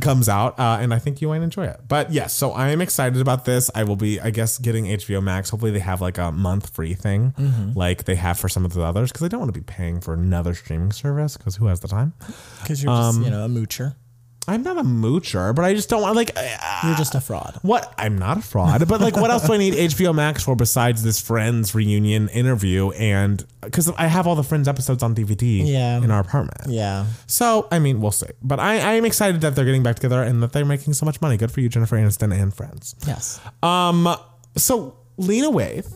[SPEAKER 2] comes out. Uh, and I think you might enjoy it. But yes, so I am excited about this. I will be, I guess, getting HBO Max. Hopefully they have like a month free thing like they have for some of the others because I don't want to be paying for another streaming service because who has the time?
[SPEAKER 1] Because you're
[SPEAKER 2] Um,
[SPEAKER 1] just, you know, a moocher.
[SPEAKER 2] I'm not a moocher, but I just don't want like I-
[SPEAKER 1] You're just a fraud.
[SPEAKER 2] What I'm not a fraud, but like, what else do I need HBO Max for besides this Friends reunion interview? And because I have all the Friends episodes on DVD
[SPEAKER 1] Yeah.
[SPEAKER 2] in our apartment,
[SPEAKER 1] Yeah.
[SPEAKER 2] so I mean, we'll see. But I, I am excited that they're getting back together and that they're making so much money. Good for you, Jennifer Aniston and Friends.
[SPEAKER 1] Yes.
[SPEAKER 2] Um, so Lena Waithe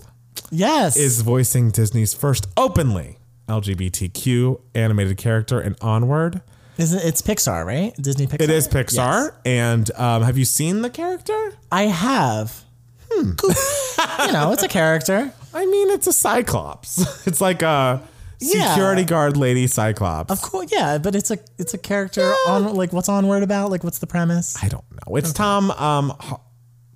[SPEAKER 1] Yes.
[SPEAKER 2] is voicing Disney's first openly LGBTQ animated character in Onward.
[SPEAKER 1] Isn't it's Pixar, right? Disney Pixar.
[SPEAKER 2] It is Pixar,
[SPEAKER 1] Yes.
[SPEAKER 2] and um, have you seen the character?
[SPEAKER 1] I have.
[SPEAKER 2] Hmm.
[SPEAKER 1] Cool. you know, it's a character.
[SPEAKER 2] I mean, it's a cyclops. It's like a
[SPEAKER 1] Yeah.
[SPEAKER 2] security guard lady cyclops.
[SPEAKER 1] Of course, yeah, but it's a it's a character on like what's on word about? Like what's the premise?
[SPEAKER 2] I don't know. It's Tom um H-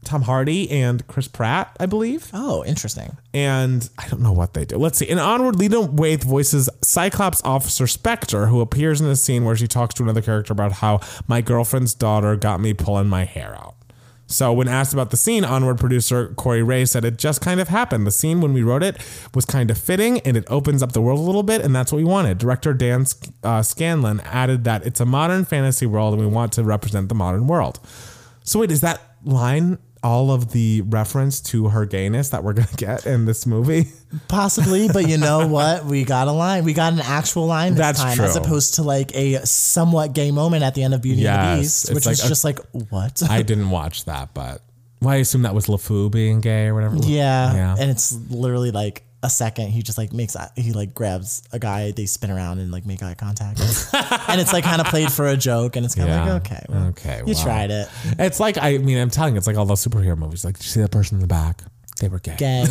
[SPEAKER 2] Tom Hardy and Chris Pratt, I believe.
[SPEAKER 1] Oh, interesting.
[SPEAKER 2] And I don't know what they do. Let's see. In Onward, Lena Waithe voices Cyclops Officer Spectre, who appears in a scene where she talks to another character about how my girlfriend's daughter got me pulling my hair out. So, when asked about the scene, Onward producer Corey Ray said it just kind of happened. The scene when we wrote it was kind of fitting and it opens up the world a little bit, and that's what we wanted. Director Dan Sc- uh, Scanlon added that it's a modern fantasy world and we want to represent the modern world. So, wait, is that line all of the reference to her gayness that we're going to get in this movie?
[SPEAKER 1] Possibly, but you know what? We got a line. We got an actual line this
[SPEAKER 2] That's
[SPEAKER 1] time,
[SPEAKER 2] true.
[SPEAKER 1] as opposed to like a somewhat gay moment at the end of Beauty and
[SPEAKER 2] Yes,
[SPEAKER 1] the Beast,
[SPEAKER 2] it's
[SPEAKER 1] which
[SPEAKER 2] like
[SPEAKER 1] was
[SPEAKER 2] a-
[SPEAKER 1] just like what?
[SPEAKER 2] I didn't watch that, but well, I assume that was LeFou being gay or whatever.
[SPEAKER 1] Yeah.
[SPEAKER 2] Yeah.
[SPEAKER 1] And it's literally like a second. He just like makes, he like grabs a guy, they spin around and like make eye contact. and it's like kind of played for a joke. And it's kind of
[SPEAKER 2] Yeah.
[SPEAKER 1] like, okay, well,
[SPEAKER 2] Okay,
[SPEAKER 1] You
[SPEAKER 2] wow.
[SPEAKER 1] tried it.
[SPEAKER 2] It's like I mean, I'm telling you, it's like all those superhero movies. Like, did you see that person in the back? They were gay.
[SPEAKER 1] Gay.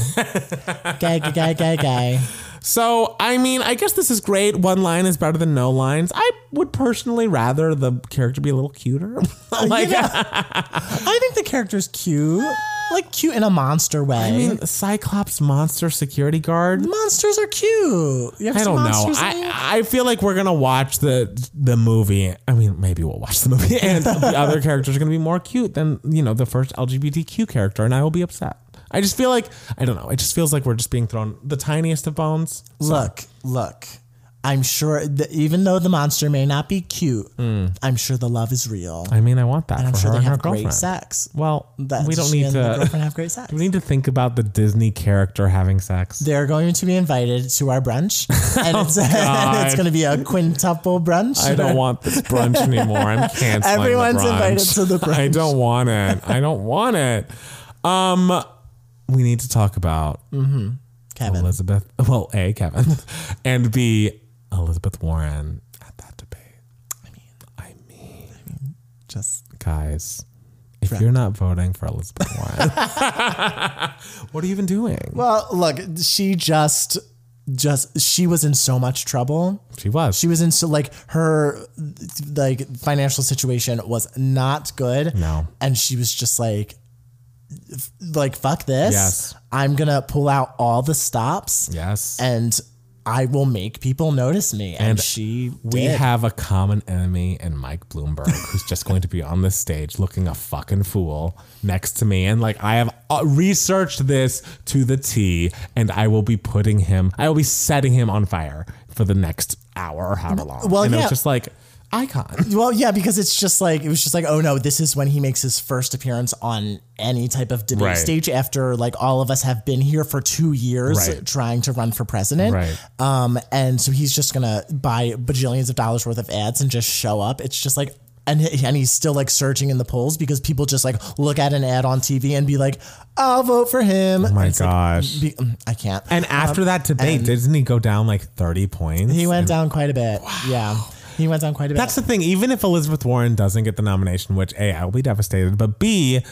[SPEAKER 1] gay, gay, gay, gay, gay.
[SPEAKER 2] So I mean, I guess this is great. One line is better than no lines. I would personally rather the character be a little cuter. like,
[SPEAKER 1] I think the character's cute. Like cute in a monster way.
[SPEAKER 2] I mean, Cyclops monster security guard.
[SPEAKER 1] monsters are cute. You ever
[SPEAKER 2] I
[SPEAKER 1] see
[SPEAKER 2] don't know.
[SPEAKER 1] monsters in there?
[SPEAKER 2] I, I feel like we're gonna watch the the movie. I mean, maybe we'll watch the movie, and the other characters are gonna be more cute than you know the first LGBTQ character, and I will be upset. I just feel like I don't know. It just feels like we're just being thrown the tiniest of bones.
[SPEAKER 1] Look, look. I'm sure that even though the monster may not be cute, I'm sure the love is real.
[SPEAKER 2] I mean, I want that.
[SPEAKER 1] I'm
[SPEAKER 2] for
[SPEAKER 1] sure
[SPEAKER 2] her
[SPEAKER 1] they
[SPEAKER 2] and her
[SPEAKER 1] have great
[SPEAKER 2] girlfriend.
[SPEAKER 1] sex.
[SPEAKER 2] Well,
[SPEAKER 1] That
[SPEAKER 2] we don't
[SPEAKER 1] she
[SPEAKER 2] need
[SPEAKER 1] and the
[SPEAKER 2] to.
[SPEAKER 1] girlfriend have great sex.
[SPEAKER 2] We need to think about the Disney character having sex.
[SPEAKER 1] They're going to be invited to our brunch, and it's, and it's going to be a quintuple brunch.
[SPEAKER 2] I don't want this brunch anymore. I'm canceling. the
[SPEAKER 1] Everyone's
[SPEAKER 2] brunch.
[SPEAKER 1] invited to the
[SPEAKER 2] I
[SPEAKER 1] brunch.
[SPEAKER 2] don't want it. I don't want it. Um, we need to talk about
[SPEAKER 1] Mm-hmm. Kevin.
[SPEAKER 2] Elizabeth. Well, a Kevin, and b Elizabeth Warren at that debate.
[SPEAKER 1] Just
[SPEAKER 2] Guys, If you're not voting for Elizabeth Warren, what are you even doing?
[SPEAKER 1] Well, look, she just just she was in so much trouble.
[SPEAKER 2] she was.
[SPEAKER 1] She was in so like her like financial situation was not good.
[SPEAKER 2] No.
[SPEAKER 1] And she was just like f- like fuck this.
[SPEAKER 2] Yes.
[SPEAKER 1] I'm going to pull out all the stops.
[SPEAKER 2] yes.
[SPEAKER 1] And I will make people notice me. And, she
[SPEAKER 2] we
[SPEAKER 1] did.
[SPEAKER 2] have a common enemy in Mike Bloomberg, who's just going to be on this stage looking a fucking fool next to me. And like, I have uh, researched this to the T, and I will be putting him, I will be setting him on fire for the next hour or however long.
[SPEAKER 1] Well,
[SPEAKER 2] and it
[SPEAKER 1] yeah.
[SPEAKER 2] was just like, icon.
[SPEAKER 1] well, yeah, because it's just like it was just like, oh no, this is when he makes his first appearance on any type of debate
[SPEAKER 2] Right.
[SPEAKER 1] stage after like all of us have been here for two years
[SPEAKER 2] Right.
[SPEAKER 1] trying to run for president.
[SPEAKER 2] Right.
[SPEAKER 1] Um, and so he's just gonna buy bajillions of dollars worth of ads and just show up. It's just like. And, he- and he's still like surging in the polls because people just like look at an ad on TV and be like, I'll vote for him.
[SPEAKER 2] Oh my
[SPEAKER 1] It's like,
[SPEAKER 2] gosh.
[SPEAKER 1] be- mm, I can't.
[SPEAKER 2] and after that debate, didn't he go down like 30 points?
[SPEAKER 1] he went down quite a bit. Yeah. He went down quite a bit.
[SPEAKER 2] That's the thing. Even if Elizabeth Warren doesn't get the nomination, which A, I will be devastated, but B,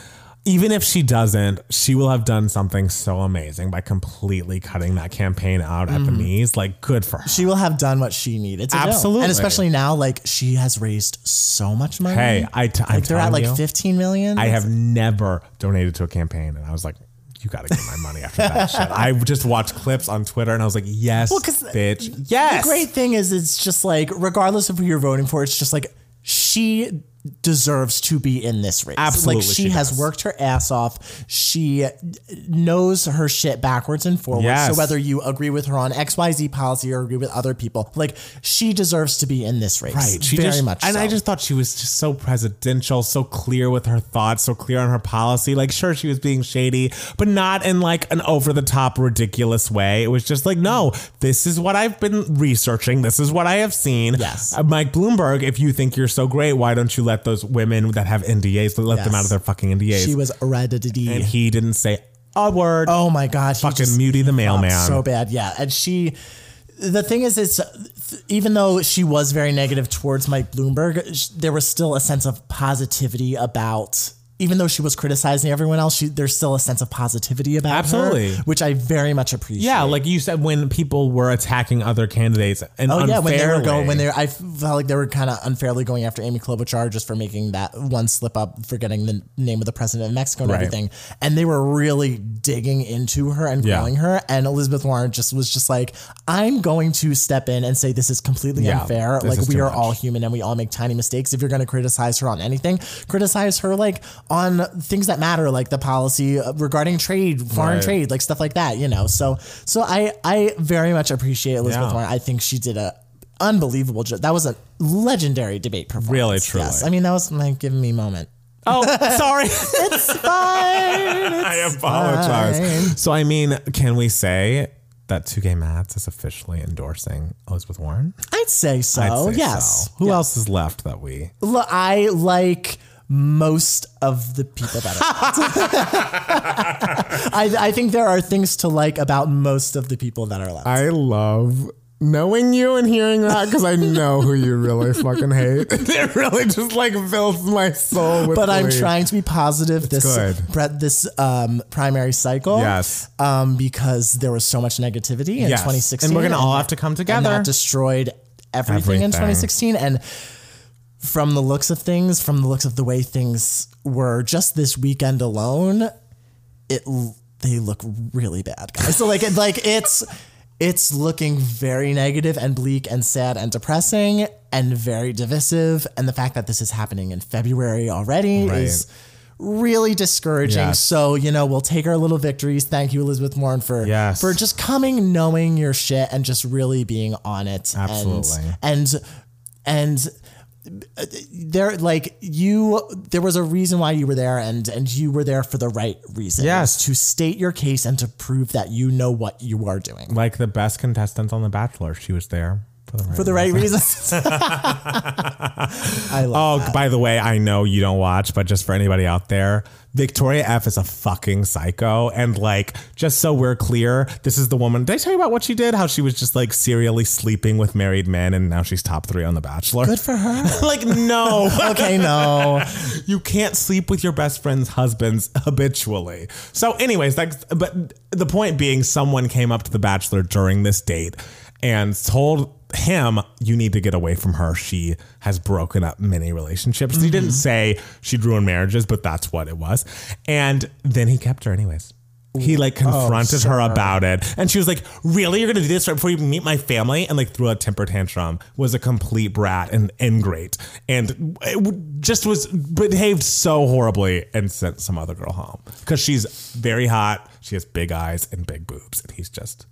[SPEAKER 2] even if she doesn't, she will have done something so amazing by completely cutting that campaign out
[SPEAKER 1] Mm-hmm.
[SPEAKER 2] at the knees. Like, good for her.
[SPEAKER 1] she will have done what she needed to do.
[SPEAKER 2] Absolutely.
[SPEAKER 1] And especially now, like she has raised so much money.
[SPEAKER 2] Hey, I t- I'm
[SPEAKER 1] like they're at
[SPEAKER 2] telling
[SPEAKER 1] like
[SPEAKER 2] you,
[SPEAKER 1] 15 million.
[SPEAKER 2] I have never donated to a campaign, and I was like, you got to get my money after that shit. I just watched clips on Twitter, and I was like, yes,
[SPEAKER 1] 'cause
[SPEAKER 2] bitch, yes.
[SPEAKER 1] The great thing is, it's just like regardless of who you're voting for, it's just like she deserves to be in this race.
[SPEAKER 2] Absolutely,
[SPEAKER 1] like she,
[SPEAKER 2] she
[SPEAKER 1] has
[SPEAKER 2] does.
[SPEAKER 1] worked her ass off. She knows her shit backwards and forwards.
[SPEAKER 2] Yes.
[SPEAKER 1] So whether you agree with her on X Y Z policy or agree with other people, like she deserves to be in this race.
[SPEAKER 2] Right. She
[SPEAKER 1] very
[SPEAKER 2] just,
[SPEAKER 1] much.
[SPEAKER 2] And
[SPEAKER 1] so.
[SPEAKER 2] I just thought she was just so presidential, so clear with her thoughts, so clear on her policy. Like, sure, she was being shady, but not in like an over the top, ridiculous way. It was just like, no, this is what I've been researching. This is what I have seen.
[SPEAKER 1] Yes.
[SPEAKER 2] Uh, Mike Bloomberg, if you think you're so great, why don't you let those women that have NDAs, let them
[SPEAKER 1] Yes.
[SPEAKER 2] out of their fucking NDAs?
[SPEAKER 1] she was ready
[SPEAKER 2] and he didn't say a word.
[SPEAKER 1] Oh my god, he
[SPEAKER 2] fucking
[SPEAKER 1] just-
[SPEAKER 2] Muty the mailman.
[SPEAKER 1] so bad. Yeah, and she. The thing is, it's even though she was very negative towards Mike Bloomberg, sh- there was still a sense of positivity about. Even though she was criticizing everyone else, she, there's still a sense of positivity about her,
[SPEAKER 2] Absolutely.
[SPEAKER 1] which I very much appreciate.
[SPEAKER 2] yeah, like you said, when people were attacking other candidates and
[SPEAKER 1] Oh
[SPEAKER 2] unfairly.
[SPEAKER 1] yeah, when they were going, when they, I felt like they were kind of unfairly going after Amy Klobuchar just for making that one slip up, forgetting the name of the president of Mexico and
[SPEAKER 2] Right.
[SPEAKER 1] everything, and they were really digging into her and
[SPEAKER 2] Yeah.
[SPEAKER 1] grilling her. And Elizabeth Warren just was just like, "I'm going to step in and say this is completely
[SPEAKER 2] Yeah,
[SPEAKER 1] unfair.
[SPEAKER 2] this
[SPEAKER 1] Like
[SPEAKER 2] is
[SPEAKER 1] we
[SPEAKER 2] too
[SPEAKER 1] are
[SPEAKER 2] much.
[SPEAKER 1] all human and we all make tiny mistakes. If you're going to criticize her on anything, criticize her like on things that matter, like the policy uh, regarding trade, foreign
[SPEAKER 2] Right.
[SPEAKER 1] trade, like stuff like that. You know, so so I I very much appreciate Elizabeth
[SPEAKER 2] Yeah.
[SPEAKER 1] Warren. I think she did a unbelievable job. That was a legendary debate performance.
[SPEAKER 2] Really, truly.
[SPEAKER 1] Yes. I mean, that was my give me moment.
[SPEAKER 2] oh, sorry.
[SPEAKER 1] It's fine.
[SPEAKER 2] I apologize. So, I mean, can we say that 2K Mats is officially endorsing Elizabeth Warren?
[SPEAKER 1] I'd say so.
[SPEAKER 2] I'd say
[SPEAKER 1] Oh, yes.
[SPEAKER 2] so. Who else is left that we?
[SPEAKER 1] Look, I like most of the people that are left. I, I think there are things to like about most of the people that are left.
[SPEAKER 3] I love knowing you and hearing that because I know who you really fucking hate. it really just like fills my soul with.
[SPEAKER 1] but I'm
[SPEAKER 3] glee.
[SPEAKER 1] trying to be positive this
[SPEAKER 3] good.
[SPEAKER 1] pre- this um, primary cycle.
[SPEAKER 2] Yes.
[SPEAKER 1] Um, because there was so much negativity in
[SPEAKER 2] Yes.
[SPEAKER 1] 2016.
[SPEAKER 2] And we're going to all have to come
[SPEAKER 1] and
[SPEAKER 2] together.
[SPEAKER 1] that destroyed everything, in
[SPEAKER 2] Everything.
[SPEAKER 1] 2016 and from the looks of things from the looks of the way things were just this weekend alone it l- they look really bad guys so like it, like it's it's looking very negative and bleak and sad and depressing and very divisive and the fact that this is happening in February already
[SPEAKER 2] Right.
[SPEAKER 1] is really discouraging
[SPEAKER 2] Yes.
[SPEAKER 1] so you know we'll take our little victories thank you Elizabeth Warren for
[SPEAKER 2] Yes.
[SPEAKER 1] for just coming knowing your shit and just really being on it and-
[SPEAKER 2] Absolutely.
[SPEAKER 1] and and there like you there was a reason why you were there and and you were there for the right reason
[SPEAKER 2] Yes.
[SPEAKER 1] to state your case and to prove that you know what you are doing
[SPEAKER 2] Like the best contestant on The Bachelor, she was there
[SPEAKER 1] for the right reasons. I love.
[SPEAKER 2] Oh, by the way, I know you don't watch, but just for anybody out there, Victoria F is a fucking psycho. And like, just so we're clear, this is the woman. Did I tell you about what she did? How she was just like serially sleeping with married men, and now she's top three on The Bachelor.
[SPEAKER 1] Good for her.
[SPEAKER 2] like, no,
[SPEAKER 1] Okay, no.
[SPEAKER 2] you can't sleep with your best friend's husbands habitually. So, anyways, that's but the point being, someone came up to the bachelor during this date and told him, "You need to get away from her. She has broken up many relationships." He didn't say she'd ruined marriages, but that's what it was. And then he kept her, anyways. He like confronted her about it, and she was like, "Really, you're gonna do this right before you meet my family?" And like threw a temper tantrum. Was a complete brat and ingrate, and it w- just was behaved so horribly, and sent some other girl home because she's very hot. She has big eyes and big boobs, and he's just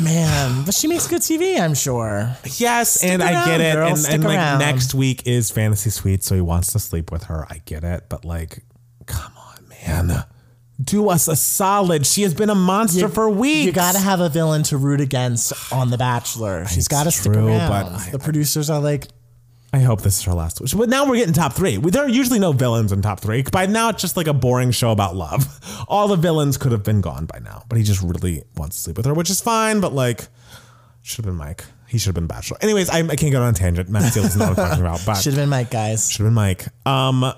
[SPEAKER 1] Man, but she makes good TV, I'm sure.
[SPEAKER 2] yes. and I
[SPEAKER 1] around,
[SPEAKER 2] get it.
[SPEAKER 1] girl,
[SPEAKER 2] and
[SPEAKER 1] stick
[SPEAKER 2] and like
[SPEAKER 1] around.
[SPEAKER 2] next week is fantasy suite, so he wants to sleep with her. I get it, but like, come on, man. Do us a solid. She has been a monster for weeks.
[SPEAKER 1] You gotta have a villain to root against on The Bachelor. She's gotta stick
[SPEAKER 2] true,
[SPEAKER 1] around.
[SPEAKER 2] but I-
[SPEAKER 1] the producers are like,
[SPEAKER 2] I hope this is her last wish. But now we're getting top three. We- There are usually no villains in top three. By now, it's just like a boring show about love. All the villains could have been gone by now, but he just really wants to sleep with her, which is fine. But like, should have been Mike. He should have been Bachelor. Anyways, I, I can't get on a tangent. Matt Steele is not what I'm talking about. But should
[SPEAKER 1] should have been Mike, guys.
[SPEAKER 2] have been Mike. Um,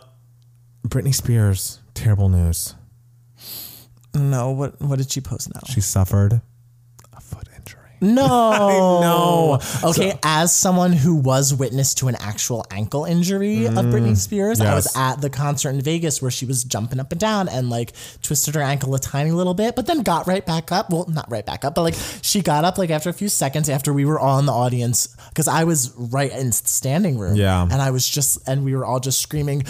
[SPEAKER 2] Britney Spears. Terrible news.
[SPEAKER 1] No, what what did she post now?
[SPEAKER 2] She suffered a foot injury.
[SPEAKER 1] No.
[SPEAKER 2] know.
[SPEAKER 1] Okay, as someone who was witness to an actual ankle injury of Britney Spears, I was
[SPEAKER 2] yes.
[SPEAKER 1] at the concert in Vegas where she was jumping up and down and like twisted her ankle a tiny little bit, but then got right back up. Well, not right back up, but like she got up like after a few seconds after we were all in the audience because I was right in standing room.
[SPEAKER 2] Yeah.
[SPEAKER 1] And I was just, and we were all just screaming.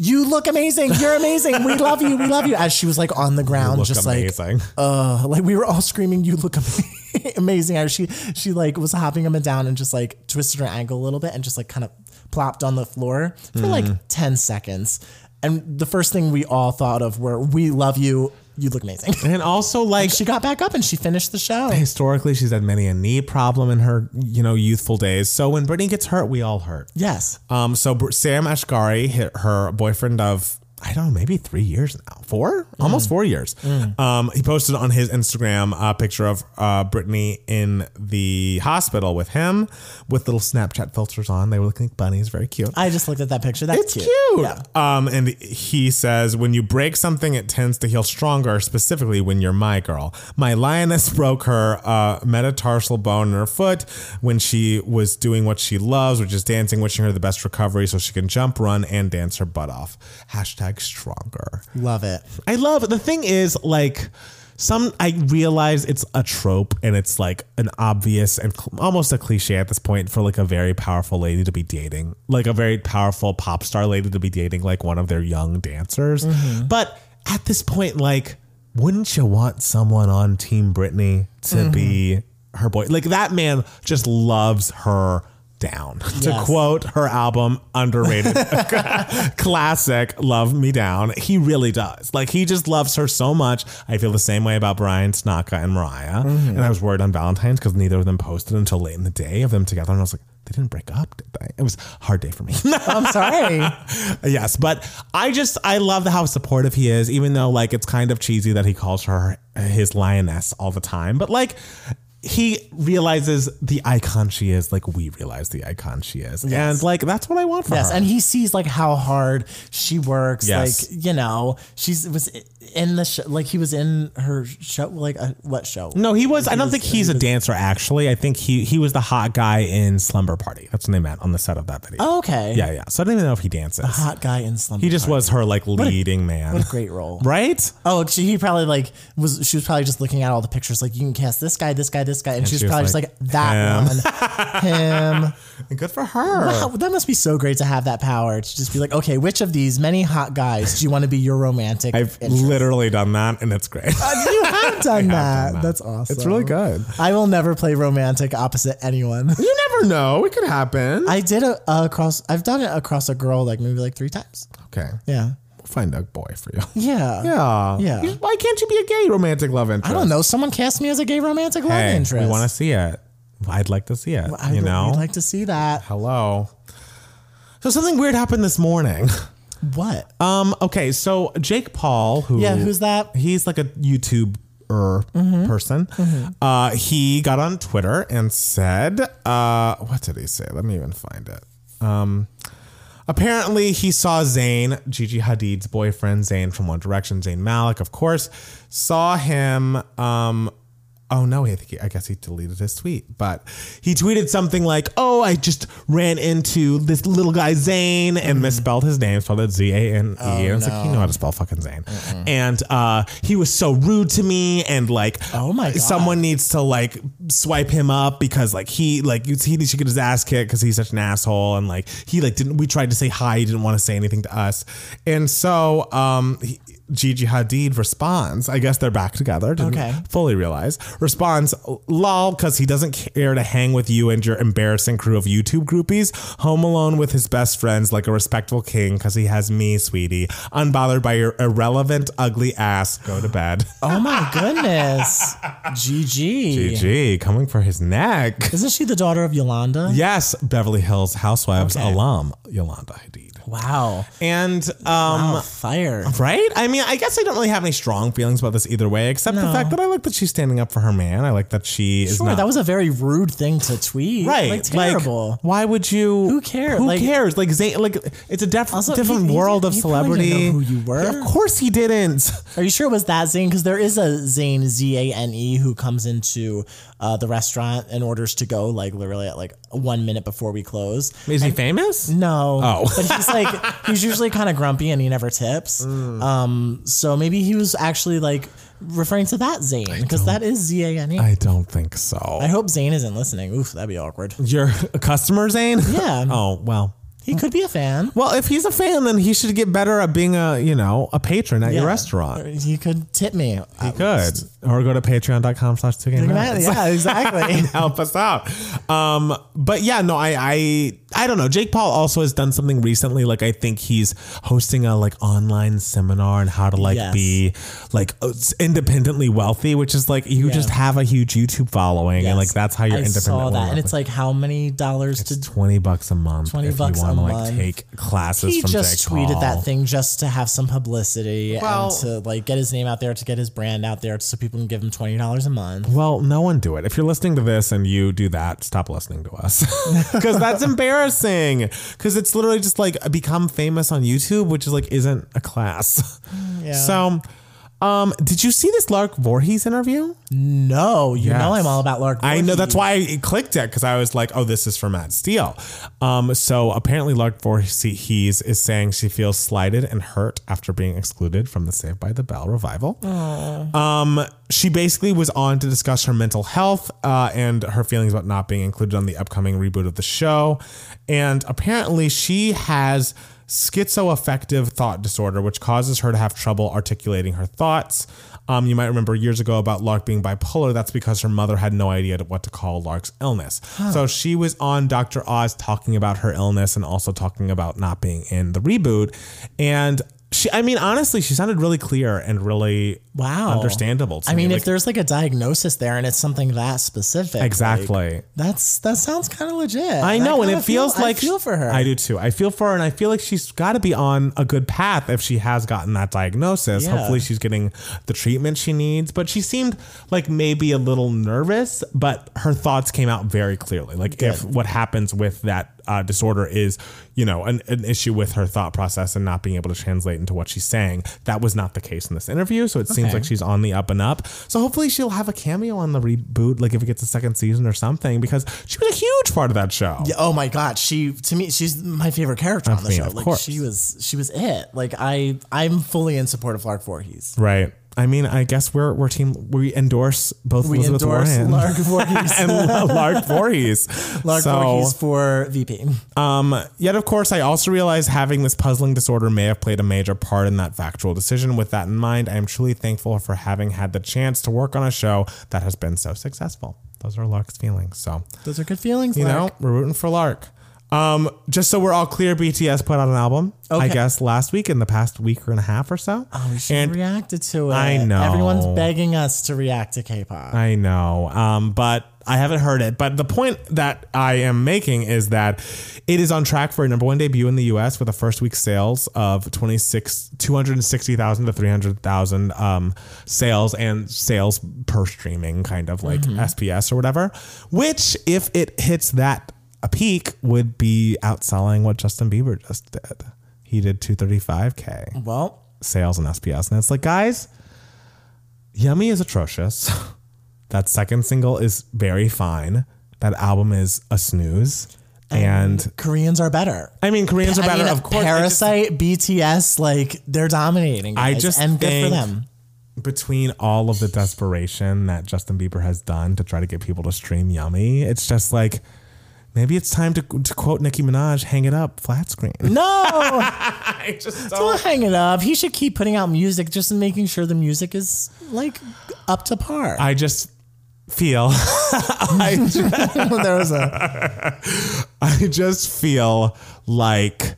[SPEAKER 1] You look amazing. You're amazing. We love you. We love you. As she was like on the ground,
[SPEAKER 2] Looked
[SPEAKER 1] just like
[SPEAKER 2] amazing.
[SPEAKER 1] uh like we were all screaming you look ama- amazing and she she like was hopping up and down and just like twisted her ankle a little bit and just like kind of plopped on the floor for like
[SPEAKER 2] Mm-hmm.
[SPEAKER 1] 10 seconds and the first thing we all thought of were we love you you look amazing
[SPEAKER 2] and also, like,
[SPEAKER 1] she got back up and she finished the show
[SPEAKER 2] historically she's had many a knee problem in her you know youthful days so when brittany gets hurt we all hurt
[SPEAKER 1] yes
[SPEAKER 2] um so Br- sam ashgari hit her boyfriend of i don't know maybe three years now four almost four years um he posted on his instagram a picture of uh brittany in the hospital with him with little snapchat filters on they were looking like bunnies very cute
[SPEAKER 1] i just looked at that picture that's
[SPEAKER 2] it's cute. Um, and he says, when you break something, it tends to heal stronger, specifically when you're my girl. My lioness broke her uh, metatarsal bone in her foot when she was doing what she loves, which is dancing, wishing her the best recovery so she can jump, run, and dance her butt off. Hashtag stronger.
[SPEAKER 1] love it
[SPEAKER 2] I love the thing is like some I realize it's a trope and it's like an obvious and cl- almost a cliche at this point for like a very powerful lady to be dating, like a very powerful pop star lady to be dating like one of their young dancers. But at this point like wouldn't you want someone on team Britney to be her boy? Like that man just loves her down. to
[SPEAKER 1] Yes.
[SPEAKER 2] quote her album underrated classic love me down he really does like he just loves her so much i feel the same way about brian snaka and mariah and i was worried on valentine's because neither of them posted until late in the day of them together and i was like they didn't break up did they it was a hard day for me
[SPEAKER 1] i'm sorry
[SPEAKER 2] yes but i just i love how supportive he is even though like it's kind of cheesy that he calls her his lioness all the time but like he realizes the icon she is like we realize the icon she is and like that's what i want for
[SPEAKER 1] Yes,
[SPEAKER 2] her
[SPEAKER 1] and he sees like how hard she works.
[SPEAKER 2] Yes.
[SPEAKER 1] Like you know, she's was in the show. Like he was in her show. Like uh, what show?
[SPEAKER 2] No, he was. I don't think he's a dancer. Actually, I think he he was the hot guy in Slumber Party. That's what they met on the set of that video.
[SPEAKER 1] Oh, okay.
[SPEAKER 2] yeah, yeah. So I don't even know if he dances.
[SPEAKER 1] Hot guy in slumber.
[SPEAKER 2] He just was her like leading man,
[SPEAKER 1] great role.
[SPEAKER 2] right?
[SPEAKER 1] Oh, she, he probably like was. She was probably just looking at all the pictures. Like you can cast this guy, this guy, this guy, and, she was
[SPEAKER 2] she was
[SPEAKER 1] probably
[SPEAKER 2] like,
[SPEAKER 1] just like that one, him.
[SPEAKER 2] Good for her.
[SPEAKER 1] Wow, that must be so great to have that power to just be like, okay, which of these many hot guys do you want to be your romantic?
[SPEAKER 2] I've
[SPEAKER 1] interest?
[SPEAKER 2] literally done that, and it's great.
[SPEAKER 1] you have done, that.
[SPEAKER 2] done that.
[SPEAKER 1] That's awesome.
[SPEAKER 3] It's really good.
[SPEAKER 1] I will never play romantic opposite anyone.
[SPEAKER 3] You never know. It could happen.
[SPEAKER 1] I did a, a across. I've done it across a girl like maybe like three times.
[SPEAKER 3] okay.
[SPEAKER 1] Yeah.
[SPEAKER 3] We'll find a boy for you.
[SPEAKER 1] Yeah.
[SPEAKER 3] Yeah.
[SPEAKER 1] Yeah.
[SPEAKER 3] You- Why can't you be a gay romantic love interest?
[SPEAKER 1] I don't know. Someone cast me as a gay romantic love
[SPEAKER 2] hey,
[SPEAKER 1] interest.
[SPEAKER 2] we want to see it. I'd like to see it.
[SPEAKER 1] I
[SPEAKER 2] you
[SPEAKER 1] would
[SPEAKER 2] know,
[SPEAKER 1] like to see that.
[SPEAKER 2] hello. So something weird happened this morning.
[SPEAKER 1] What?
[SPEAKER 2] Um. Okay. So Jake Paul, who
[SPEAKER 1] Yeah, who's that?
[SPEAKER 2] He's like a YouTuber person. Uh, he got on Twitter and said, uh, "What did he say? Let me even find it." Um. Apparently, he saw Zayn, Gigi Hadid's boyfriend, Zayn from One Direction, Zayn Malik, of course, saw him. Um, oh no, I, think he, I guess he deleted his tweet, but he tweeted something like, "Oh, I just ran into this little guy Zayn
[SPEAKER 1] Mm-hmm.
[SPEAKER 2] and misspelled his name, spelled it Z A N E."
[SPEAKER 1] Oh,
[SPEAKER 2] And it's like you know how to spell fucking Zayn, and uh, he was so rude to me, and like,
[SPEAKER 1] Oh my God.
[SPEAKER 2] someone needs to like swipe him up because like he like you- he needs to get his ass kicked because he's such an asshole and like he like didn't we tried to say hi he didn't want to say anything to us and so um he, Gigi Hadid responds I guess they're back together didn't
[SPEAKER 1] Okay.
[SPEAKER 2] fully realize responds lol because he doesn't care to hang with you and your embarrassing crew of YouTube groupies home alone with his best friends like a respectful king because he has me sweetie unbothered by your irrelevant ugly ass go to bed
[SPEAKER 1] oh my goodness. GG.
[SPEAKER 2] Gigi coming for his neck
[SPEAKER 1] Isn't she the daughter of Yolanda?
[SPEAKER 2] Yes, Beverly Hills Housewives
[SPEAKER 1] Okay.
[SPEAKER 2] alum Yolanda Hadid.
[SPEAKER 1] Wow.
[SPEAKER 2] And um
[SPEAKER 1] Oh, fire.
[SPEAKER 2] right? I mean, I guess I don't really have any strong feelings about this either way except the
[SPEAKER 1] No.
[SPEAKER 2] fact that I like that she's standing up for her man. I like that she is
[SPEAKER 1] Sure,
[SPEAKER 2] not
[SPEAKER 1] that was a very rude thing to tweet.
[SPEAKER 2] Right,
[SPEAKER 1] Like, terrible.
[SPEAKER 2] Like, why would you?
[SPEAKER 1] Who cares?
[SPEAKER 2] Who
[SPEAKER 1] Like-
[SPEAKER 2] cares? Like, Zay, like it's a def-
[SPEAKER 1] Also,
[SPEAKER 2] different
[SPEAKER 1] he- he
[SPEAKER 2] world
[SPEAKER 1] didn't-
[SPEAKER 2] of
[SPEAKER 1] he probably
[SPEAKER 2] celebrity.
[SPEAKER 1] didn't know who you were.
[SPEAKER 2] Of course, he didn't.
[SPEAKER 1] Are you sure it was that Zane? Because there is a Zane Z A N E who comes into uh, the restaurant and orders to go like literally at like one minute before we close.
[SPEAKER 2] Is he famous?
[SPEAKER 1] No,
[SPEAKER 2] Oh.
[SPEAKER 1] but he's like he's usually kind of grumpy and he never tips.
[SPEAKER 2] Mm.
[SPEAKER 1] Um, so maybe he was actually like referring to that Zane because that is Z A N E. I
[SPEAKER 2] I don't think so.
[SPEAKER 1] hope Zane isn't listening. Oof, that'd be awkward.
[SPEAKER 2] Your customer, Zane?
[SPEAKER 1] Yeah.
[SPEAKER 2] oh well.
[SPEAKER 1] He could be a fan.
[SPEAKER 2] Well, if he's a fan, then he should get better at being a you know a patron at
[SPEAKER 1] Yeah.
[SPEAKER 2] your restaurant.
[SPEAKER 1] He could tip me. He
[SPEAKER 2] Good. Or go to patreon.com slash two game nights.
[SPEAKER 1] Yeah, exactly.
[SPEAKER 2] Help us out. Um, but yeah, no, I, I I don't know. Jake Paul also has done something recently. Like I think he's hosting a like online seminar on how to like
[SPEAKER 1] Yes.
[SPEAKER 2] be like uh, independently wealthy, which is like you just have a huge YouTube following and like
[SPEAKER 1] Yes.
[SPEAKER 2] that's how you're
[SPEAKER 1] I
[SPEAKER 2] independent.
[SPEAKER 1] saw that, and
[SPEAKER 2] wealthy.
[SPEAKER 1] it's like how many dollars to
[SPEAKER 2] twenty bucks a month.
[SPEAKER 1] 20
[SPEAKER 2] if
[SPEAKER 1] bucks
[SPEAKER 2] you
[SPEAKER 1] a
[SPEAKER 2] want to like
[SPEAKER 1] month.
[SPEAKER 2] take classes.
[SPEAKER 1] he
[SPEAKER 2] from
[SPEAKER 1] just
[SPEAKER 2] Jake
[SPEAKER 1] tweeted
[SPEAKER 2] Paul.
[SPEAKER 1] that thing just to have some publicity
[SPEAKER 2] Well-
[SPEAKER 1] and to like get his name out there to get his brand out there so people can give him twenty dollars a month.
[SPEAKER 2] Well, no one do it. If you're listening to this and you do that, stop listening to us because that's embarrassing. Because it's literally just like become famous on YouTube, which is like isn't a class.
[SPEAKER 1] Mm, Yeah.
[SPEAKER 2] So, um, did you see this Lark Voorhees interview?
[SPEAKER 1] No, you know
[SPEAKER 2] Yes.
[SPEAKER 1] I'm all about Lark.
[SPEAKER 2] I know that's
[SPEAKER 1] Voorhees.
[SPEAKER 2] why I clicked it because I was like, oh, this is for Matt Steele. Um, so apparently, Lark Voorhees is saying she feels slighted and hurt after being excluded from the Saved by the Bell revival. Um, she basically was on to discuss her mental health uh, and her feelings about not being included on the upcoming reboot of the show. And apparently, she has schizoaffective thought disorder, which causes her to have trouble articulating her thoughts. Um, you might remember years ago about Lark being bipolar. That's because her mother had no idea what to call Lark's illness. So she was on Dr. Oz talking about her illness and also talking about not being in the reboot. And she, I mean, honestly, she sounded really clear and really
[SPEAKER 1] Wow.
[SPEAKER 2] understandable. To
[SPEAKER 1] I
[SPEAKER 2] me.
[SPEAKER 1] mean,
[SPEAKER 2] Like,
[SPEAKER 1] if there's like a diagnosis there and it's something that specific, like,
[SPEAKER 2] exactly.
[SPEAKER 1] that's that sounds kind of legit.
[SPEAKER 2] I
[SPEAKER 1] That
[SPEAKER 2] know, and
[SPEAKER 1] kinda
[SPEAKER 2] it feels
[SPEAKER 1] feel,
[SPEAKER 2] like
[SPEAKER 1] I feel for her.
[SPEAKER 2] I do too. I feel for her, and I feel like she's got to be on a good path if she has gotten that diagnosis.
[SPEAKER 1] Yeah.
[SPEAKER 2] Hopefully, she's getting the treatment she needs. But she seemed like maybe a little nervous, but her thoughts came out very clearly. Like if what happens with that uh, disorder is, you know, an, an issue with her thought process and not being able to translate into what she's saying, that was not the case in this interview. So it seems
[SPEAKER 1] Okay.
[SPEAKER 2] like she's on the up and up. So hopefully, she'll have a cameo on the reboot, like if it gets a second season or something, because she was a huge part of that show.
[SPEAKER 1] Yeah, oh my god, she to me she's my favorite character on the
[SPEAKER 2] mean,
[SPEAKER 1] show.
[SPEAKER 2] of
[SPEAKER 1] like
[SPEAKER 2] course.
[SPEAKER 1] she was she was it. Like I I'm fully in support of Lark Voorhees.
[SPEAKER 2] Right. I mean, I guess we're we're team. We endorse both
[SPEAKER 1] We
[SPEAKER 2] Elizabeth
[SPEAKER 1] endorse
[SPEAKER 2] Warren
[SPEAKER 1] Lark Voorhees.
[SPEAKER 2] and Lark Voorhees.
[SPEAKER 1] Lark
[SPEAKER 2] so,
[SPEAKER 1] Voorhees for VP.
[SPEAKER 2] Um, yet, of course, I also realize having this puzzling disorder may have played a major part in that factual decision. With that in mind, I am truly thankful for having had the chance to work on a show that has been so successful. Those are Lark's feelings. So,
[SPEAKER 1] Those are good feelings.
[SPEAKER 2] you
[SPEAKER 1] Lark.
[SPEAKER 2] know, we're rooting for Lark. Um, just so we're all clear, BTS put out an album, I
[SPEAKER 1] Okay.
[SPEAKER 2] guess, last week in the past week and a half or so.
[SPEAKER 1] Oh, we should
[SPEAKER 2] and
[SPEAKER 1] have reacted to it.
[SPEAKER 2] I know.
[SPEAKER 1] Everyone's begging us to react to K-pop.
[SPEAKER 2] I know, um, but I haven't heard it. But the point that I am making is that it is on track for a number one debut in the U.S. with a first week sales of 26 260,000 to 300,000 um, sales and sales per streaming, kind of like SPS or whatever. Which, if it hits that a peak, would be outselling what Justin Bieber just did. He did 235k
[SPEAKER 1] well,
[SPEAKER 2] sales and SPS. And it's like, guys, Yummy is atrocious. that second single is very fine. That album is a snooze. And
[SPEAKER 1] Koreans are better.
[SPEAKER 2] I mean, Koreans are
[SPEAKER 1] I
[SPEAKER 2] better,
[SPEAKER 1] mean,
[SPEAKER 2] of course. I just-
[SPEAKER 1] Parasite, BTS, like they're dominating.
[SPEAKER 2] I
[SPEAKER 1] guys,
[SPEAKER 2] just
[SPEAKER 1] and good for
[SPEAKER 2] think
[SPEAKER 1] them.
[SPEAKER 2] Between all of the desperation that Justin Bieber has done to try to get people to stream Yummy, it's just like maybe it's time to, to quote Nicki Minaj, "Hang it up, flat screen."
[SPEAKER 1] No,
[SPEAKER 2] I just
[SPEAKER 1] don't hang it up. He should keep putting out music, just making sure the music is like up to par.
[SPEAKER 2] I just feel.
[SPEAKER 1] there was a
[SPEAKER 2] I just feel like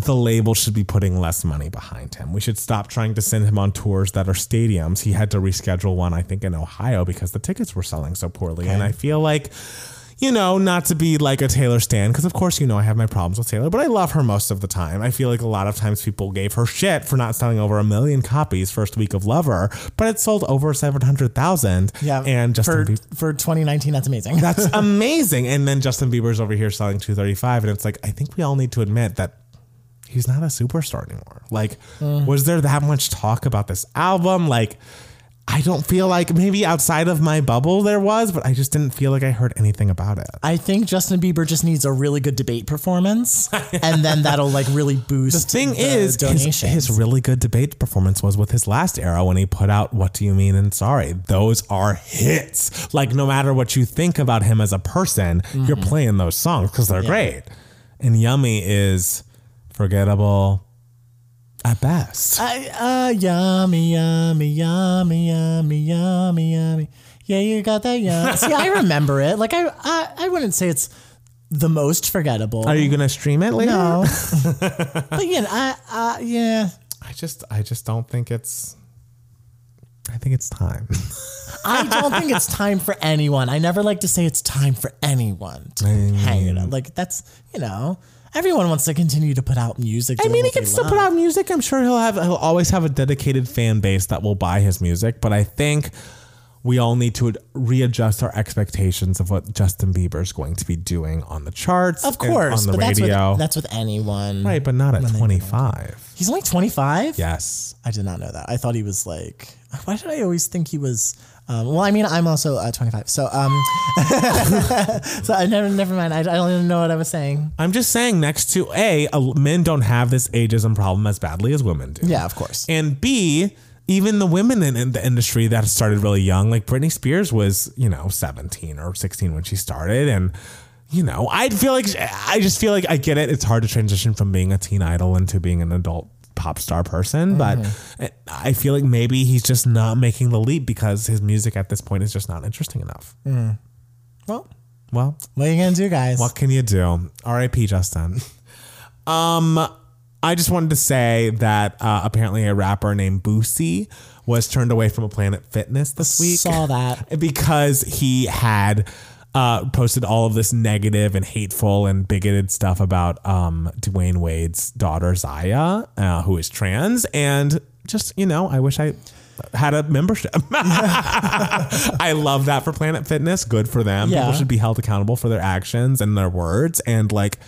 [SPEAKER 2] the label should be putting less money behind him. We should stop trying to send him on tours that are stadiums. He had to reschedule one, I think, in Ohio because the tickets were selling so poorly. And I feel like, you know, not to be like a Taylor stan, because of course, you know, I have my problems with Taylor, but I love her most of the time. I feel like a lot of times people gave her shit for not selling over a million copies first week of Lover, but it sold over 700,000.
[SPEAKER 1] yeah.
[SPEAKER 2] And Justin
[SPEAKER 1] for
[SPEAKER 2] Bieber.
[SPEAKER 1] for 2019, that's amazing.
[SPEAKER 2] That's amazing. And then Justin Bieber's over here selling 235. And it's like, I think we all need to admit that he's not a superstar anymore. Like, was there that much talk about this album? Like, I don't feel like maybe outside of my bubble there was, but I just didn't feel like I heard anything about it.
[SPEAKER 1] I think Justin Bieber just needs a really good debate performance, and then that'll like really boost.
[SPEAKER 2] Thing is, his,
[SPEAKER 1] donation.
[SPEAKER 2] his really good debate performance was with his last era when he put out "What Do You Mean?" and "Sorry." Those are hits. Like no matter what you think about him as a person, you're playing those songs because they're great. And "Yummy" is forgettable at best.
[SPEAKER 1] I, uh, yummy, yummy, yummy, yummy, yummy, yummy. Yeah, you got that. Yeah. See, I remember it. Like I, I, I wouldn't say it's the most forgettable.
[SPEAKER 2] are you gonna stream it later?
[SPEAKER 1] no. but yeah, I, I, yeah.
[SPEAKER 2] I just, I just don't think it's. I think it's time.
[SPEAKER 1] I don't think it's time for anyone. I never like to say it's time for anyone to hang it up. Like that's you know, everyone wants to continue to put out music.
[SPEAKER 2] I mean, he can still put out music. I'm sure he'll have he'll always have a dedicated fan base that will buy his music. But I think we all need to readjust our expectations of what Justin Bieber is going to be doing on the charts,
[SPEAKER 1] Of
[SPEAKER 2] and
[SPEAKER 1] course,
[SPEAKER 2] on the
[SPEAKER 1] but that's
[SPEAKER 2] radio,
[SPEAKER 1] with, that's with anyone.
[SPEAKER 2] right? But not at 25.
[SPEAKER 1] He's only twenty five.
[SPEAKER 2] Yes,
[SPEAKER 1] I did not know that. I thought he was like. Why did I always think he was? Um, well, I mean, I'm also uh, 25, so um, so I never, never mind. I, I don't even know what I was saying.
[SPEAKER 2] I'm just saying. Next to a, a- men don't have this ageism problem as badly as women do.
[SPEAKER 1] Yeah, of course.
[SPEAKER 2] and B. Even the women in, in the industry that started really young, like Britney Spears was, you know, 17 or 16 when she started. And, you know, I feel like, I just feel like I get it. It's hard to transition from being a teen idol into being an adult pop star person. But I feel like maybe he's just not making the leap because his music at this point is just not interesting enough.
[SPEAKER 1] Well,
[SPEAKER 2] Well,
[SPEAKER 1] what are you gonna do, guys?
[SPEAKER 2] what can you do? R.I.P. Justin. Um, I just wanted to say that uh, apparently a rapper named Boosie was turned away from a Planet Fitness this week
[SPEAKER 1] Saw that.
[SPEAKER 2] because he had uh, posted all of this negative and hateful and bigoted stuff about um, Dwayne Wade's daughter Zaya, uh, who is trans, and just you know, I wish I had a membership. I love that for Planet Fitness. Good for them. People
[SPEAKER 1] Yeah.
[SPEAKER 2] should be held accountable for their actions and their words, and like.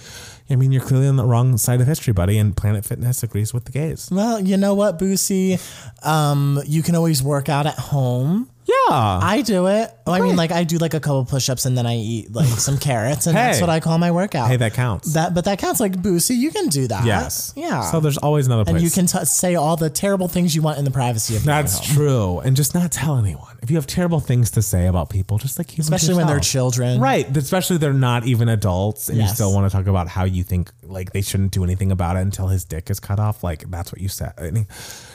[SPEAKER 2] I mean, you're clearly on the wrong side of history, buddy, and Planet Fitness agrees with the gays.
[SPEAKER 1] Well, you know what, Boosie? Um, you can always work out at home.
[SPEAKER 2] Yeah.
[SPEAKER 1] I do it. Oh, I mean, like I do like a couple push-ups and then I eat like some carrots, and that's
[SPEAKER 2] Hey.
[SPEAKER 1] what I call my workout.
[SPEAKER 2] Hey, that counts.
[SPEAKER 1] that, but that counts. Like Boosie, you can do that.
[SPEAKER 2] yes.
[SPEAKER 1] Yeah.
[SPEAKER 2] So there's always another place.
[SPEAKER 1] and you can t- say all the terrible things you want in the privacy of your
[SPEAKER 2] That's
[SPEAKER 1] home.
[SPEAKER 2] true. And just not tell anyone. If you have terrible things to say about people, just like keep them to
[SPEAKER 1] especially when they're
[SPEAKER 2] yourself.
[SPEAKER 1] children.
[SPEAKER 2] Right. Especially they're not even adults and you
[SPEAKER 1] Yes.
[SPEAKER 2] still want to talk about how you think like they shouldn't do anything about it until his dick is cut off. Like that's what you said. I mean,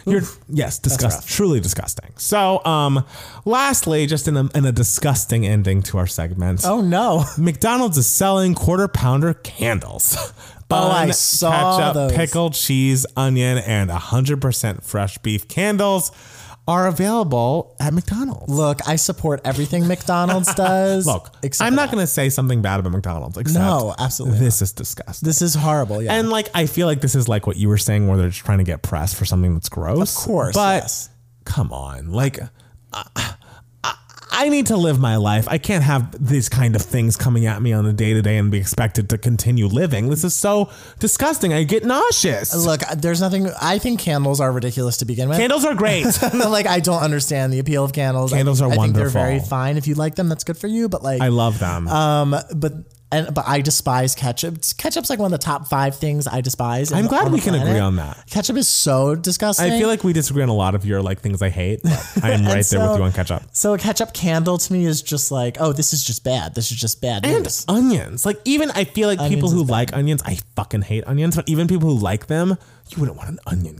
[SPEAKER 2] You're yes, disgust, truly disgusting. So um Lastly, just in a, in a disgusting ending to our segment,
[SPEAKER 1] Oh no.
[SPEAKER 2] McDonald's is selling quarter pounder candles.
[SPEAKER 1] Oh, I
[SPEAKER 2] Bun,
[SPEAKER 1] saw
[SPEAKER 2] ketchup,
[SPEAKER 1] those.
[SPEAKER 2] pickle, cheese, onion, and 100% fresh beef candles are available at McDonald's.
[SPEAKER 1] Look, I support everything McDonald's does.
[SPEAKER 2] Look,
[SPEAKER 1] except
[SPEAKER 2] I'm not
[SPEAKER 1] that.
[SPEAKER 2] going to say something bad about McDonald's. Except
[SPEAKER 1] No, absolutely
[SPEAKER 2] This is disgusting.
[SPEAKER 1] This is horrible. Yeah.
[SPEAKER 2] And like, I feel like this is like what you were saying, where they're just trying to get press for something that's gross.
[SPEAKER 1] Of course,
[SPEAKER 2] but
[SPEAKER 1] yes.
[SPEAKER 2] come on, like, I- I- I need to live my life. I can't have these kind of things coming at me on a day to day and be expected to continue living. This is so disgusting. I get nauseous.
[SPEAKER 1] Look, uh, there's nothing. I think candles are ridiculous to begin with.
[SPEAKER 2] Candles are great.
[SPEAKER 1] like I don't understand the appeal of candles.
[SPEAKER 2] Candles
[SPEAKER 1] I,
[SPEAKER 2] are
[SPEAKER 1] I
[SPEAKER 2] wonderful.
[SPEAKER 1] Think they're very fine. If you like them, that's good for you. But like,
[SPEAKER 2] I love them.
[SPEAKER 1] um, but and but I despise ketchup. Ketchup's like one of the top five things I despise.
[SPEAKER 2] I'm glad we can agree on that.
[SPEAKER 1] Ketchup is so disgusting.
[SPEAKER 2] I feel like we disagree on a lot of your like things I hate. But I am right there
[SPEAKER 1] so-
[SPEAKER 2] with you on ketchup.
[SPEAKER 1] so. A ketchup candle to me is just like, oh, this is just bad. This is just bad.
[SPEAKER 2] And
[SPEAKER 1] news.
[SPEAKER 2] onions. Like even I feel like people
[SPEAKER 1] Onions
[SPEAKER 2] who
[SPEAKER 1] is bad.
[SPEAKER 2] like onions, I fucking hate onions, but even people who like them, you wouldn't want an onion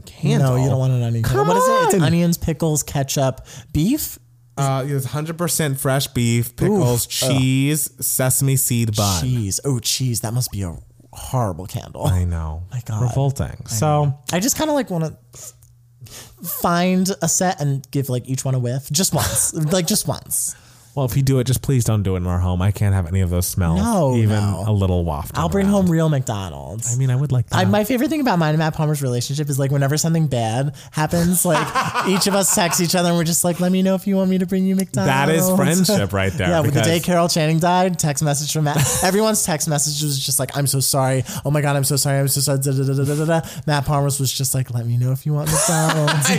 [SPEAKER 1] no,
[SPEAKER 2] candle.
[SPEAKER 1] you don't want an onion.
[SPEAKER 2] Come
[SPEAKER 1] candle. What is it? It's
[SPEAKER 2] on.
[SPEAKER 1] onions, pickles, ketchup, beef.
[SPEAKER 2] Uh, it's hundred percent fresh beef, pickles, cheese, sesame seed bun.
[SPEAKER 1] Cheese. Oh, cheese. That must be a horrible candle.
[SPEAKER 2] I know. My
[SPEAKER 1] God.
[SPEAKER 2] Revolting. so
[SPEAKER 1] I just kind of like want to find a set and give like each one a whiff, just once, like just once.
[SPEAKER 2] well if you do it, just please don't do it in our home. I can't have any of those smells.
[SPEAKER 1] No,
[SPEAKER 2] Even
[SPEAKER 1] no.
[SPEAKER 2] a little waft.
[SPEAKER 1] I'll bring home real McDonald's.
[SPEAKER 2] I mean I would like that.
[SPEAKER 1] I, my favorite thing about mine and Matt Palmer's relationship is like whenever something bad happens, like each of us text each other and we're just like, "Let me know if you want me to bring you McDonald's."
[SPEAKER 2] that is friendship right there.
[SPEAKER 1] Yeah, with the
[SPEAKER 2] because-
[SPEAKER 1] day Carol Channing died, text message from Matt. Everyone's text message was just like, "I'm so sorry. Oh my god, I'm so sorry. I'm so sorry." Da, da, da, da, da, da. Matt Palmer's was just like, "Let me know if you want McDonald's."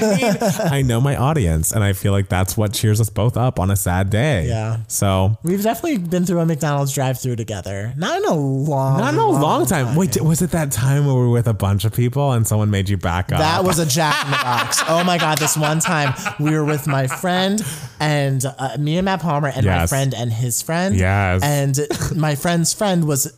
[SPEAKER 2] I know my audience, and I feel like that's what cheers us both up on a sad day.
[SPEAKER 1] Yeah.
[SPEAKER 2] So
[SPEAKER 1] We've definitely been through a McDonald's drive-through together. Not in a long,
[SPEAKER 2] Not in a long time. Wait, d- was it that time where we were with a bunch of people and someone made you back up?
[SPEAKER 1] That was a Jack in the Box. Oh my God! This one time we were with my friend and uh, me and Matt Palmer and my
[SPEAKER 2] Yes.
[SPEAKER 1] friend and his friend.
[SPEAKER 2] Yes.
[SPEAKER 1] And my friend's friend was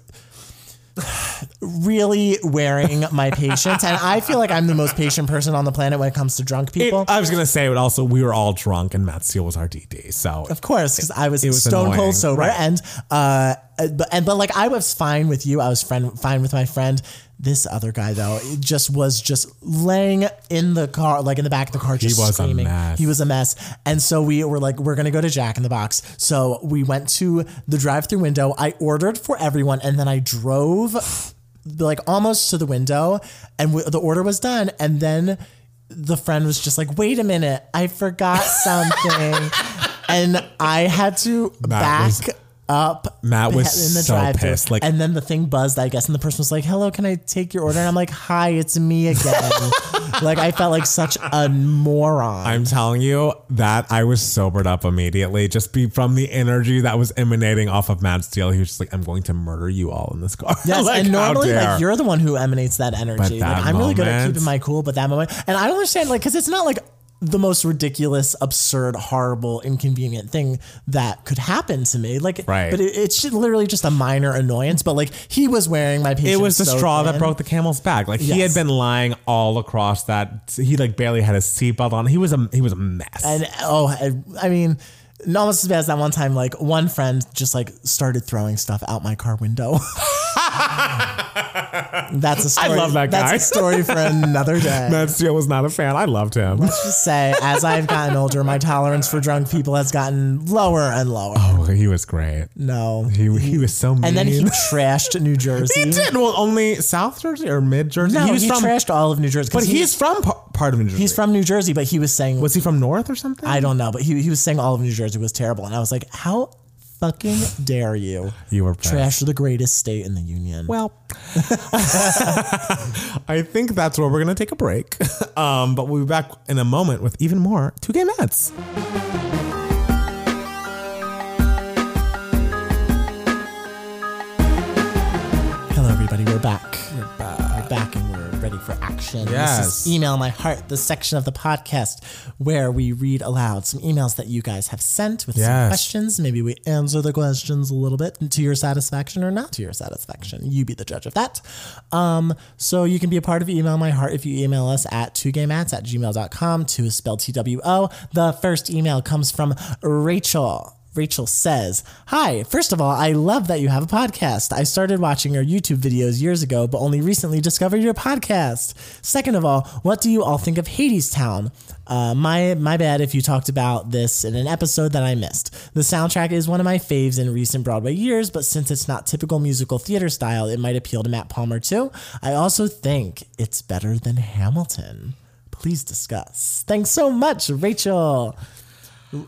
[SPEAKER 1] really wearing my patience, and I feel like I'm the most patient person on the planet when it comes to drunk
[SPEAKER 2] It-
[SPEAKER 1] people.
[SPEAKER 2] I was gonna say, but also we were all drunk, and Matt Steele was our DD. So
[SPEAKER 1] Of course, because I was,
[SPEAKER 2] was
[SPEAKER 1] stone
[SPEAKER 2] annoying.
[SPEAKER 1] cold sober,
[SPEAKER 2] Right.
[SPEAKER 1] and uh, but and but like I was fine with you. I was friend fine with my friend. This other guy though, it just was just laying in the car, like in the back of the car, just
[SPEAKER 2] was a
[SPEAKER 1] screaming.
[SPEAKER 2] mess.
[SPEAKER 1] He was a mess, and so we were like, we're gonna go to Jack in the Box. So we went to the drive-through window. I ordered for everyone, and then I drove. Like almost to the window, and w- the order was done. And then the friend was just like, "Wait a minute, I forgot something," and I had to back
[SPEAKER 2] was-
[SPEAKER 1] up.
[SPEAKER 2] Matt was so
[SPEAKER 1] drive-thru.
[SPEAKER 2] pissed. Like,
[SPEAKER 1] and then the thing buzzed, I guess, and the person was like, "Hello, can I take your order?" And I'm like, "Hi, it's me again." like I felt like such a moron.
[SPEAKER 2] I'm telling you that I was sobered up immediately, just be from the energy that was emanating off of Matt Steele. He was just like, "I'm going to murder you all in this car."
[SPEAKER 1] Yes,
[SPEAKER 2] Like,
[SPEAKER 1] and
[SPEAKER 2] how
[SPEAKER 1] normally
[SPEAKER 2] dare.
[SPEAKER 1] like you're the one who emanates that energy.
[SPEAKER 2] But
[SPEAKER 1] Like,
[SPEAKER 2] that
[SPEAKER 1] I'm really good at
[SPEAKER 2] moment-
[SPEAKER 1] keeping my cool, but that moment, and I don't understand like because it's not like the most ridiculous, absurd, horrible, inconvenient thing that could happen to me. Like,
[SPEAKER 2] Right.
[SPEAKER 1] But it, it's just literally just a minor annoyance. But like he was wearing my patience.
[SPEAKER 2] It was the
[SPEAKER 1] so
[SPEAKER 2] straw that
[SPEAKER 1] thin.
[SPEAKER 2] broke the camel's back. Like he had
[SPEAKER 1] Yes.
[SPEAKER 2] been lying all across that. He like barely had his seatbelt on. He was a he was a mess.
[SPEAKER 1] And oh, I, I mean, not almost as bad as that one time. Like one friend just like started throwing stuff out my car window. That's a story.
[SPEAKER 2] love that guy.
[SPEAKER 1] That's a story for another day.
[SPEAKER 2] Matt Steele was not a fan. I loved him.
[SPEAKER 1] Let's just say, as I've gotten older, my tolerance for drunk people has gotten lower and lower.
[SPEAKER 2] Oh, he was great.
[SPEAKER 1] No.
[SPEAKER 2] He, he was so mean.
[SPEAKER 1] And then he trashed New
[SPEAKER 2] He
[SPEAKER 1] Jersey.
[SPEAKER 2] did. Well, only South Jersey or Mid Jersey.
[SPEAKER 1] No,
[SPEAKER 2] he
[SPEAKER 1] he,
[SPEAKER 2] was from,
[SPEAKER 1] trashed all of New Jersey. 'cause
[SPEAKER 2] but
[SPEAKER 1] he-
[SPEAKER 2] he's from par- part of New Jersey.
[SPEAKER 1] he's from New Jersey, but he was saying
[SPEAKER 2] Was he from North or something?
[SPEAKER 1] I don't know, but he he was saying all of New Jersey was terrible, and I was like, how fucking dare you?
[SPEAKER 2] You were pissed.
[SPEAKER 1] trash the greatest state in the union.
[SPEAKER 2] Well, I think that's where we're gonna take a break. Um, but we'll be back in a moment with even more two gay Mets.
[SPEAKER 1] Hello, everybody. We're back. We're back. We're back, and we're ready for action. section. This
[SPEAKER 2] Yes.
[SPEAKER 1] is Email My Heart, the section of the podcast where we read aloud some emails that you guys have sent with some
[SPEAKER 2] Yes.
[SPEAKER 1] questions. Maybe we answer the questions a little bit to your satisfaction or not to your satisfaction. You be the judge of that. Um, so you can be a part of Email My Heart if you email us at 2gaymats at gmail.com. 2 is spelled T-W-O. The first email comes from Rachel. Rachel says, Hi, first of all, I love that you have a podcast. I started watching your YouTube videos years ago, but only recently discovered your podcast. Second of all, what do you all think of Hades Town? Uh, my my bad if you talked about this in an episode that I missed. The soundtrack is one of my faves in recent Broadway years, but since it's not typical musical theater style, it might appeal to Matt Palmer too. I also think it's better than Hamilton. Please discuss. Thanks so much, Rachel.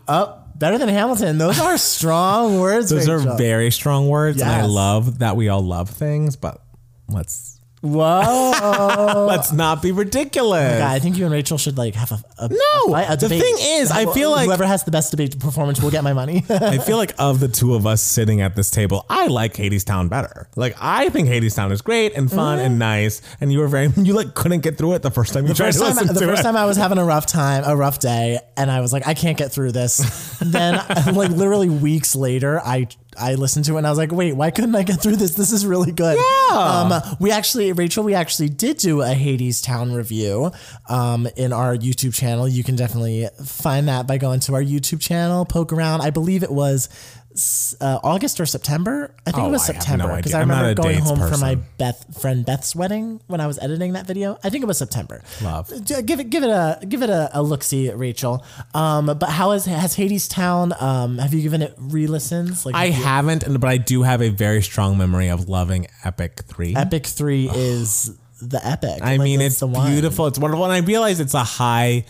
[SPEAKER 1] Oh, better than Hamilton. Those are strong words.
[SPEAKER 2] Those
[SPEAKER 1] Rachel.
[SPEAKER 2] are very strong words, and I
[SPEAKER 1] Yes.
[SPEAKER 2] love that we all love things, but let's
[SPEAKER 1] Whoa.
[SPEAKER 2] let's not be ridiculous.
[SPEAKER 1] Yeah, I think you and Rachel should like have a, a
[SPEAKER 2] No,
[SPEAKER 1] a, a
[SPEAKER 2] the
[SPEAKER 1] debate.
[SPEAKER 2] thing is, I feel like-
[SPEAKER 1] whoever has the best debate performance will get my money.
[SPEAKER 2] I feel like of the two of us sitting at this table, I like Hadestown better. Like I think Hadestown is great and fun and nice. And you were very you like couldn't get through it the first time you tried
[SPEAKER 1] first
[SPEAKER 2] to
[SPEAKER 1] time,
[SPEAKER 2] listen
[SPEAKER 1] Mm. the
[SPEAKER 2] to
[SPEAKER 1] first
[SPEAKER 2] it.
[SPEAKER 1] time I was having a rough time, a rough day, and I was like, I can't get through this. And then, like literally weeks later, I I listened to it and I was like, wait, why couldn't I get through this? This is really good.
[SPEAKER 2] Yeah.
[SPEAKER 1] Um, we actually, Rachel, we actually did do a Hades Town review um, in our YouTube channel. You can definitely find that by going to our YouTube channel, poke around. I believe it was. s- Uh, August or September? I think it
[SPEAKER 2] Oh,
[SPEAKER 1] was
[SPEAKER 2] I have no
[SPEAKER 1] September because
[SPEAKER 2] idea.
[SPEAKER 1] I
[SPEAKER 2] I'm not
[SPEAKER 1] remember
[SPEAKER 2] a
[SPEAKER 1] going
[SPEAKER 2] dates
[SPEAKER 1] home from my
[SPEAKER 2] person.
[SPEAKER 1] Beth friend Beth's wedding when I was editing that video. I think it was September.
[SPEAKER 2] Love.
[SPEAKER 1] D- Give it, give it a, give it a, a look. See, Rachel. Um, but how is has Hades Town? Um, have you given it re-listens? Like
[SPEAKER 2] I haven't, and but I do have a very strong memory of loving Epic Three.
[SPEAKER 1] Epic Three is the epic.
[SPEAKER 2] I
[SPEAKER 1] Like,
[SPEAKER 2] mean, it's
[SPEAKER 1] the one.
[SPEAKER 2] beautiful. It's wonderful. And I realize it's a high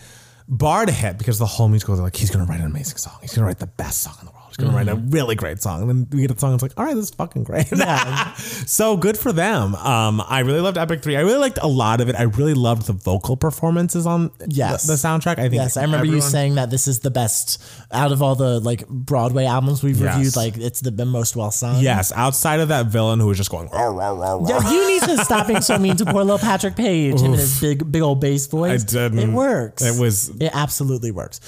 [SPEAKER 2] bar to hit because the whole musical is like, he's going to write an amazing song. He's going to write the best song in the world. He's going to write a
[SPEAKER 1] Mm.
[SPEAKER 2] really great song. And then we get a song. It's like, all right, this is fucking great. so good for them. Um, I really loved Epic 3. I really liked a lot of it. I really loved the vocal performances on
[SPEAKER 1] Yes.
[SPEAKER 2] the, the soundtrack. I think
[SPEAKER 1] Yes, I remember you
[SPEAKER 2] everyone-
[SPEAKER 1] saying that this is the best out of all the like Broadway albums we've
[SPEAKER 2] Yes.
[SPEAKER 1] reviewed. Like it's the been most well sung.
[SPEAKER 2] Yes, outside of that villain who was just going, "Rah, rah, rah, rah."
[SPEAKER 1] Yeah, you need to stop being so mean to poor little Patrick Page and his big, big old bass voice.
[SPEAKER 2] I didn't.
[SPEAKER 1] It works.
[SPEAKER 2] It was-
[SPEAKER 1] It absolutely works.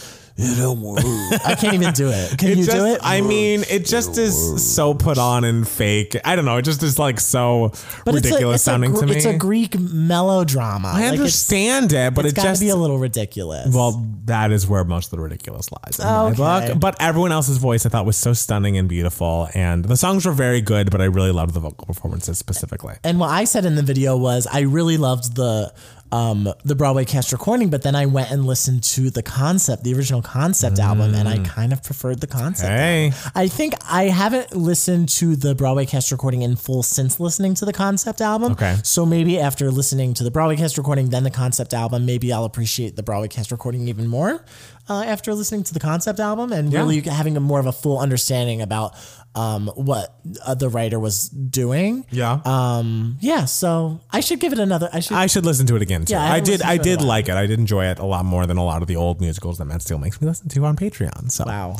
[SPEAKER 1] It don't work. I can't even do it. Can
[SPEAKER 2] It
[SPEAKER 1] you
[SPEAKER 2] just,
[SPEAKER 1] do it?
[SPEAKER 2] I mean, it just is so put on and fake. I don't know. It just is like so ridiculous
[SPEAKER 1] it's a, it's
[SPEAKER 2] sounding
[SPEAKER 1] a, gr-
[SPEAKER 2] to me.
[SPEAKER 1] It's a Greek melodrama.
[SPEAKER 2] I
[SPEAKER 1] Like, it's-
[SPEAKER 2] understand it, but
[SPEAKER 1] it's
[SPEAKER 2] it
[SPEAKER 1] got
[SPEAKER 2] just
[SPEAKER 1] to be a little ridiculous.
[SPEAKER 2] well, that is where most of the ridiculous lies. In my
[SPEAKER 1] Okay.
[SPEAKER 2] book. But everyone else's voice I thought was so stunning and beautiful, and the songs were very good. But I really loved the vocal performances specifically.
[SPEAKER 1] and what I said in the video was I really loved the um, the Broadway cast recording, but then I went and listened to the concept, the original concept album, and
[SPEAKER 2] Mm.
[SPEAKER 1] I kind of preferred the concept.
[SPEAKER 2] Hey,
[SPEAKER 1] I think I haven't listened to the Broadway cast recording in full since listening to the concept album.
[SPEAKER 2] Okay.
[SPEAKER 1] So maybe after listening to the Broadway cast recording, then the concept album, maybe I'll appreciate the Broadway cast recording even more uh, after listening to the concept album and really having a more of a full understanding about um, what uh, the writer was doing.
[SPEAKER 2] yeah.
[SPEAKER 1] Um, yeah. So I should give it another. I should.
[SPEAKER 2] Uh, I should listen to it again too.
[SPEAKER 1] Yeah, I
[SPEAKER 2] I,
[SPEAKER 1] haven't
[SPEAKER 2] did.
[SPEAKER 1] listened
[SPEAKER 2] I
[SPEAKER 1] to it in a
[SPEAKER 2] did
[SPEAKER 1] while.
[SPEAKER 2] like it. I did enjoy it a lot more than a lot of the old musicals that Matt Steele makes me listen to on Patreon. So
[SPEAKER 1] wow.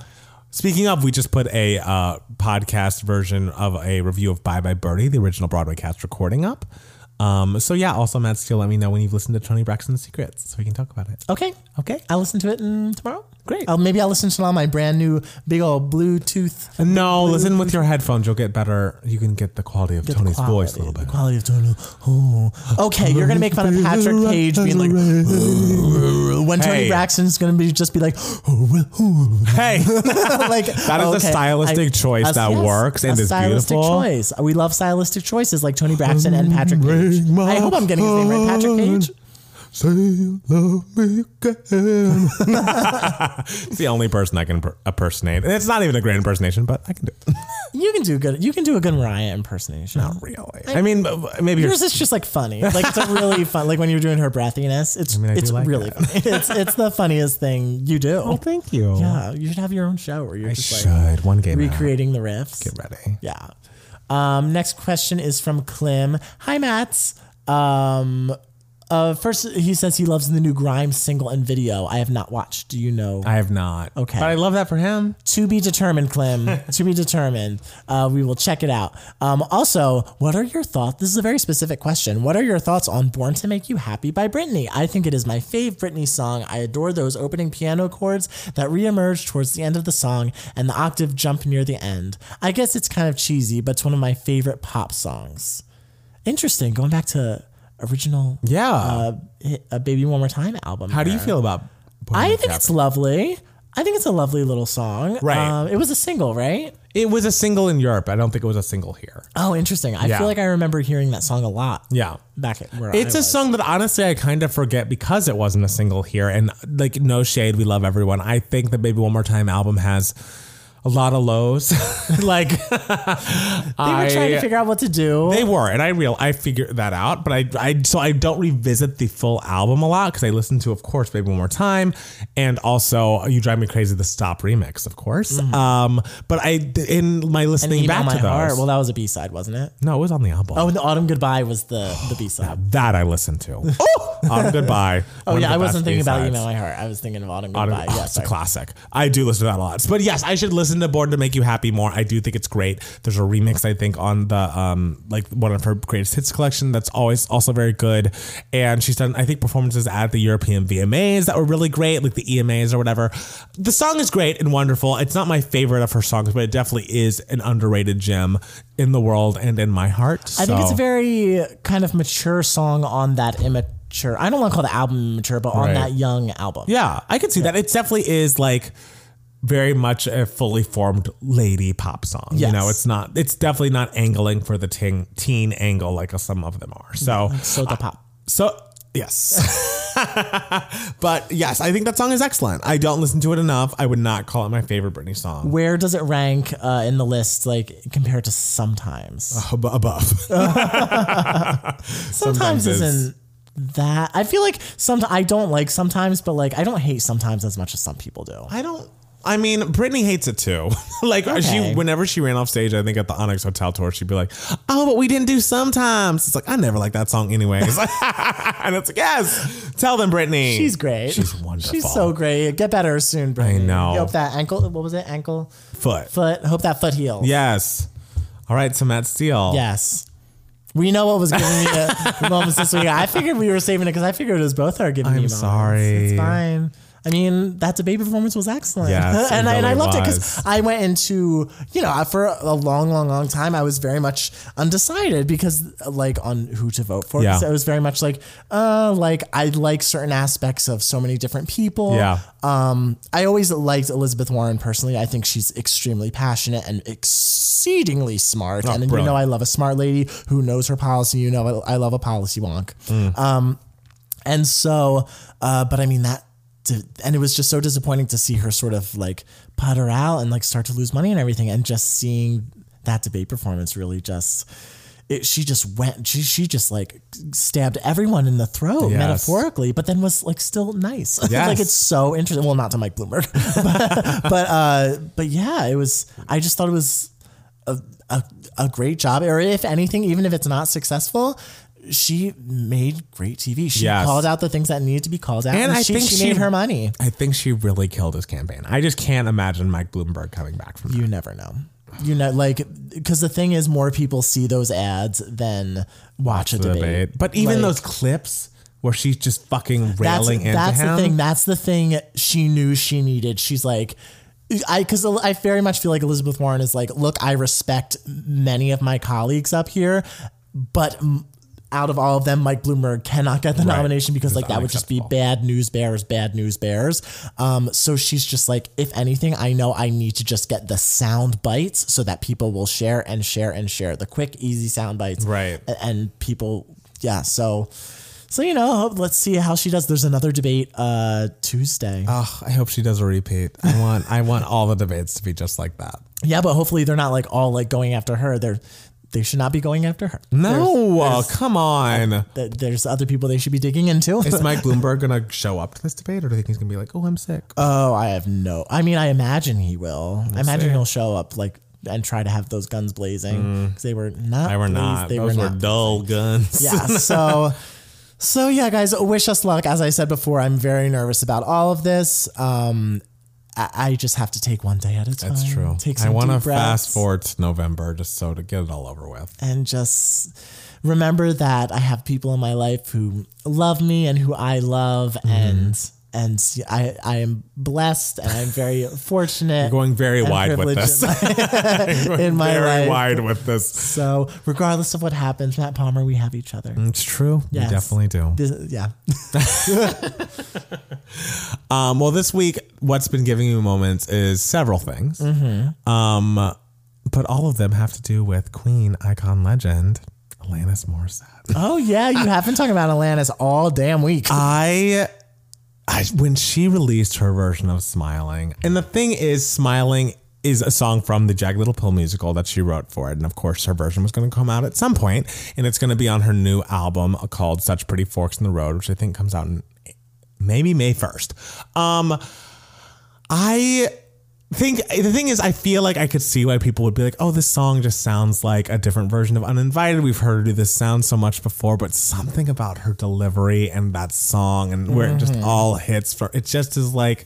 [SPEAKER 2] Speaking of, we just put a uh, podcast version of a review of Bye Bye Birdie, the original Broadway cast recording, up. Um, so yeah, also Matt Steele, let me know when you've listened to Tony Braxton's Secrets, so we can talk about it.
[SPEAKER 1] Okay.
[SPEAKER 2] Okay.
[SPEAKER 1] I'll listen to it in tomorrow.
[SPEAKER 2] Great.
[SPEAKER 1] Oh, maybe Uh, I'll listen to it on my brand new big old Bluetooth.
[SPEAKER 2] No, listen with your headphones. You'll get better. You can get the quality of Tony's
[SPEAKER 1] quality,
[SPEAKER 2] voice a little bit.
[SPEAKER 1] The quality of Tony. Oh. Okay, you're gonna make fun of Patrick Page being like, when Tony
[SPEAKER 2] Hey.
[SPEAKER 1] Braxton's gonna be just be like,
[SPEAKER 2] Hey, that
[SPEAKER 1] like
[SPEAKER 2] is a
[SPEAKER 1] okay,
[SPEAKER 2] stylistic
[SPEAKER 1] I-
[SPEAKER 2] choice
[SPEAKER 1] a-
[SPEAKER 2] that
[SPEAKER 1] yes,
[SPEAKER 2] works and
[SPEAKER 1] a
[SPEAKER 2] is
[SPEAKER 1] stylistic
[SPEAKER 2] beautiful.
[SPEAKER 1] choice. We love stylistic choices like Tony Braxton and Patrick Page.
[SPEAKER 2] Bring my
[SPEAKER 1] I hope I'm getting his name right, Patrick Page.
[SPEAKER 3] Say you love me again.
[SPEAKER 2] It's the only person I can per- impersonate, and it's not even a great impersonation, but I can do it.
[SPEAKER 1] You can do good. You can do a good Mariah impersonation.
[SPEAKER 2] Not really. I mean, but- maybe you're
[SPEAKER 1] Yours is just like funny. Like it's a really fun. Like when you're doing her breathiness, it's
[SPEAKER 2] I do
[SPEAKER 1] it's
[SPEAKER 2] like
[SPEAKER 1] really funny. It's it's the funniest thing you do.
[SPEAKER 2] Oh, thank you.
[SPEAKER 1] Yeah, you should have your own show where you're
[SPEAKER 2] I
[SPEAKER 1] just
[SPEAKER 2] should
[SPEAKER 1] like
[SPEAKER 2] one game. out.
[SPEAKER 1] recreating the riffs.
[SPEAKER 2] Get ready.
[SPEAKER 1] Yeah. Um, next question is from Clem. Hi, Mats. Um, Uh, first, he says he loves the new Grimes single and video. I have not watched. Do you know?
[SPEAKER 2] I have not.
[SPEAKER 1] Okay.
[SPEAKER 2] But I love that for him.
[SPEAKER 1] to be determined, Clem. to be determined. Uh, we will check it out. Um, also, what are your thoughts? This is a very specific question. What are your thoughts on "Born to Make You Happy" by Britney? I think it is my fave Britney song. I adore those opening piano chords that reemerge towards the end of the song and the octave jump near the end. I guess it's kind of cheesy, but it's one of my favorite pop songs. Interesting. Going back to original,
[SPEAKER 2] Yeah.
[SPEAKER 1] uh, hit- a "Baby One More Time" album.
[SPEAKER 2] How do you
[SPEAKER 1] there.
[SPEAKER 2] feel about
[SPEAKER 1] I think it's lovely. I think it's a lovely little song.
[SPEAKER 2] Right.
[SPEAKER 1] Um, it was a single, right?
[SPEAKER 2] It was a single in Europe. I don't think it was a single here.
[SPEAKER 1] Oh, interesting. I
[SPEAKER 2] Yeah.
[SPEAKER 1] feel like I remember hearing that song a lot.
[SPEAKER 2] Yeah.
[SPEAKER 1] Back at where
[SPEAKER 2] It's
[SPEAKER 1] I
[SPEAKER 2] a
[SPEAKER 1] was.
[SPEAKER 2] song that honestly I kind of forget because it wasn't a single here. And like, no shade, we love everyone. I think the Baby One More Time album has a lot of lows. like,
[SPEAKER 1] They were trying to
[SPEAKER 2] I-
[SPEAKER 1] figure out what to do.
[SPEAKER 2] They were, and I real I figured that out, but I, I so I don't revisit the full album a lot because I listen to, of course, Baby One More Time, and also You Drive Me Crazy, the Stop remix, of course.
[SPEAKER 1] Mm.
[SPEAKER 2] Um, but I in my listening
[SPEAKER 1] Email
[SPEAKER 2] back
[SPEAKER 1] my
[SPEAKER 2] to those,
[SPEAKER 1] heart. Well, that was a B side, wasn't it?
[SPEAKER 2] no, it was on the album.
[SPEAKER 1] Oh, and the autumn goodbye was the the B side.
[SPEAKER 2] That I listened to. oh, um, goodbye.
[SPEAKER 1] Oh yeah, I wasn't thinking about
[SPEAKER 2] email.
[SPEAKER 1] email my heart. I was thinking of autumn
[SPEAKER 2] Autumn-
[SPEAKER 1] goodbye.
[SPEAKER 2] oh,
[SPEAKER 1] yeah,
[SPEAKER 2] it's a
[SPEAKER 1] sorry.
[SPEAKER 2] classic. I do listen to that a lot. But yes, I should listen to Born to Make You Happy more. I do think it's great. There's a remix I think on the um like one of her greatest hits collection that's always also very good. And she's done I think performances at the European VMAs that were really great, like the EMAs or whatever. The song is great and wonderful. It's not my favorite of her songs, but it definitely is an underrated gem in the world and in my heart.
[SPEAKER 1] I think it's
[SPEAKER 2] So-
[SPEAKER 1] a very kind of mature song on that immature. I don't want to call the album mature, but on
[SPEAKER 2] Right.
[SPEAKER 1] that young album.
[SPEAKER 2] Yeah, I can see that. It definitely is like very much a fully formed lady pop song. You
[SPEAKER 1] Yes.
[SPEAKER 2] know, it's not. It's definitely not angling for the teen teen angle like some of them are. So
[SPEAKER 1] So the pop.
[SPEAKER 2] so yes. but yes, I think that song is excellent. I don't listen to it enough. I would not call it my favorite Britney song.
[SPEAKER 1] Where does it rank uh, in the list, like compared to sometimes?
[SPEAKER 2] Ab- above.
[SPEAKER 1] sometimes,
[SPEAKER 2] Sometimes it's-
[SPEAKER 1] isn't that I feel like some I don't like sometimes, but like I don't hate sometimes as much as some people do.
[SPEAKER 2] I don't. I mean, Britney hates it too. like
[SPEAKER 1] Okay.
[SPEAKER 2] she, whenever she ran off stage, I think at the Onyx Hotel tour, she'd be like, "Oh, but we didn't do sometimes." It's like I never liked that song, anyways. and it's like, yes, tell them, Britney.
[SPEAKER 1] She's great.
[SPEAKER 2] She's wonderful.
[SPEAKER 1] She's so great. Get better soon, Brittany.
[SPEAKER 2] know.
[SPEAKER 1] Hope that ankle. What was it? Ankle,
[SPEAKER 2] foot.
[SPEAKER 1] foot. Hope that foot heals.
[SPEAKER 2] Yes. All right, so Matt Steele.
[SPEAKER 1] Yes. We know what was giving me the moments this week. I figured we were saving it because I figured it was both our giving me
[SPEAKER 2] I'm
[SPEAKER 1] moments.
[SPEAKER 2] sorry.
[SPEAKER 1] It's fine. I mean, that debate performance was excellent.
[SPEAKER 2] Yes,
[SPEAKER 1] and,
[SPEAKER 2] it
[SPEAKER 1] I, and I
[SPEAKER 2] really
[SPEAKER 1] loved it
[SPEAKER 2] was.
[SPEAKER 1] because I went into, you know, for a long, long, long time, I was very much undecided because, like, on who to vote for.
[SPEAKER 2] Yeah.
[SPEAKER 1] So it was very much like, uh, like, I like certain aspects of so many different people.
[SPEAKER 2] Yeah.
[SPEAKER 1] Um, I always liked Elizabeth Warren personally. I think she's extremely passionate and exceedingly smart.
[SPEAKER 2] Oh,
[SPEAKER 1] and you know,
[SPEAKER 2] brilliant.
[SPEAKER 1] I love a smart lady who knows her policy. You know, I, I love a policy wonk.
[SPEAKER 2] Mm.
[SPEAKER 1] Um, and so, uh, but I mean that, di- and it was just so disappointing to see her sort of like putter out and like start to lose money and everything, and just seeing that debate performance really just. It, she just went. She she just like stabbed everyone in the throat
[SPEAKER 2] Yes.
[SPEAKER 1] metaphorically, but then was like still nice. like
[SPEAKER 2] Yes.
[SPEAKER 1] it's so interesting. Well, not to Mike Bloomberg, but but, uh, but yeah, it was. I just thought it was a, a great job, or if anything, even if it's not successful, she made great TV. She
[SPEAKER 2] Yes.
[SPEAKER 1] called out the things that needed to be called out,
[SPEAKER 2] And I
[SPEAKER 1] she,
[SPEAKER 2] think
[SPEAKER 1] she,
[SPEAKER 2] she-
[SPEAKER 1] made her money.
[SPEAKER 2] I think she really killed his campaign. I just can't imagine Mike Bloomberg coming back from that.
[SPEAKER 1] You never know. You know, like, because the thing is, more people see those ads than watch a
[SPEAKER 2] the
[SPEAKER 1] debate.
[SPEAKER 2] debate. But even
[SPEAKER 1] Like-
[SPEAKER 2] those clips where she's just fucking railing into
[SPEAKER 1] that's
[SPEAKER 2] him.
[SPEAKER 1] the thing. That's the thing she knew she needed. She's like, I because I very much feel like Elizabeth Warren is like, look, I respect many of my colleagues up here, but. m- Out of all of them, Mike Bloomberg cannot get the
[SPEAKER 2] Right.
[SPEAKER 1] nomination because
[SPEAKER 2] It's
[SPEAKER 1] like that would just be
[SPEAKER 2] unacceptable.
[SPEAKER 1] bad news bears, bad news bears. Um, so she's just like, if anything, I know I need to just get the sound bites so that people will share and share and share the quick, easy sound bites
[SPEAKER 2] Right.
[SPEAKER 1] a- and people yeah so so you know hope- let's see how she does there's another debate uh tuesday
[SPEAKER 2] Oh, I hope she does a repeat. I want I want all the debates to be just like that.
[SPEAKER 1] yeah but hopefully they're not like all like going after her they're they should not be going after her
[SPEAKER 2] No, uh, come on.
[SPEAKER 1] Th- there's other people they should be digging into
[SPEAKER 2] Is Mike Bloomberg gonna show up to this debate, or do you think he's gonna be like, "Oh, I'm sick"?
[SPEAKER 1] oh i have no i mean i imagine he will i imagine
[SPEAKER 2] see.
[SPEAKER 1] he'll show up like and try to have those guns blazing 'cause they were not
[SPEAKER 2] I Mm. were
[SPEAKER 1] blazed,
[SPEAKER 2] not.
[SPEAKER 1] they
[SPEAKER 2] Those
[SPEAKER 1] were
[SPEAKER 2] were
[SPEAKER 1] not
[SPEAKER 2] dull guns.
[SPEAKER 1] yeah so So yeah, guys, wish us luck. As I said before, I'm very nervous about all of this. Um, I, I just have to take one day at a time.
[SPEAKER 2] That's true.
[SPEAKER 1] um, Take some
[SPEAKER 2] I want to
[SPEAKER 1] deep breaths
[SPEAKER 2] fast forward to November just so to get it all over with.
[SPEAKER 1] and just remember that I have people in my life who love me and who I love,
[SPEAKER 2] Mm-hmm.
[SPEAKER 1] and and I I am blessed and I'm very fortunate. You're
[SPEAKER 2] Going very wide with this.
[SPEAKER 1] in my
[SPEAKER 2] very
[SPEAKER 1] life.
[SPEAKER 2] wide with this.
[SPEAKER 1] So regardless of what happens, Matt Palmer, we have each other.
[SPEAKER 2] It's true. You
[SPEAKER 1] Yes.
[SPEAKER 2] definitely do.
[SPEAKER 1] This- yeah.
[SPEAKER 2] Um, well, this week, what's been giving you moments is several things. Um, but all of them have to do with Queen, icon, legend, Alanis Morissette.
[SPEAKER 1] Oh yeah, you have been talking about Alanis all damn week.
[SPEAKER 2] I, I, when she released her version of Smiling, and the thing is, Smiling is a song from the Jagged Little Pill musical that she wrote for it, and of course, her version was going to come out at some point, and it's going to be on her new album called Such Pretty Forks in the Road, which I think comes out in maybe May first. Um. I think the thing is, I feel like I could see why people would be like, "Oh, this song just sounds like a different version of Uninvited." We've heard her do this sound so much before, but something about her delivery and that song and where it just all hits for it just is like.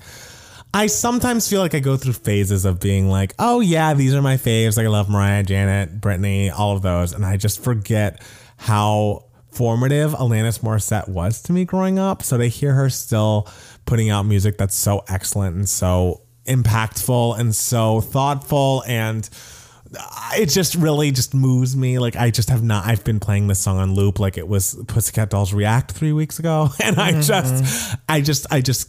[SPEAKER 2] I sometimes feel like I go through phases of being like, "Oh yeah, these are my faves. Like I love Mariah, Janet, Britney, all of those," and I just forget how formative Alanis Morissette was to me growing up. So to hear her still putting out music that's so excellent and so impactful and so thoughtful and I- it just really just moves me. Like I just have not. I've been playing this song on loop. Like it was Pussycat Dolls React three weeks ago, and I just, I just, I just,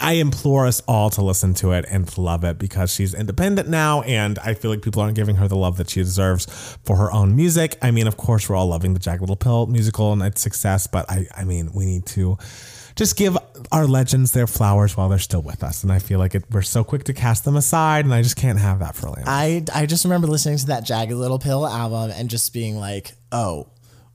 [SPEAKER 2] I implore us all to listen to it and to love it because she's independent now, and I feel like people aren't giving her the love that she deserves for her own music. I mean, of course, we're all loving the Jack Little Pill musical and its success, but I, I mean, we need to just give our legends their flowers while they're still with us. And I feel like it, we're so quick to cast them aside, and I just can't have that for Lana.
[SPEAKER 1] I I just remember listening to that Jagged Little Pill album and just being like, oh,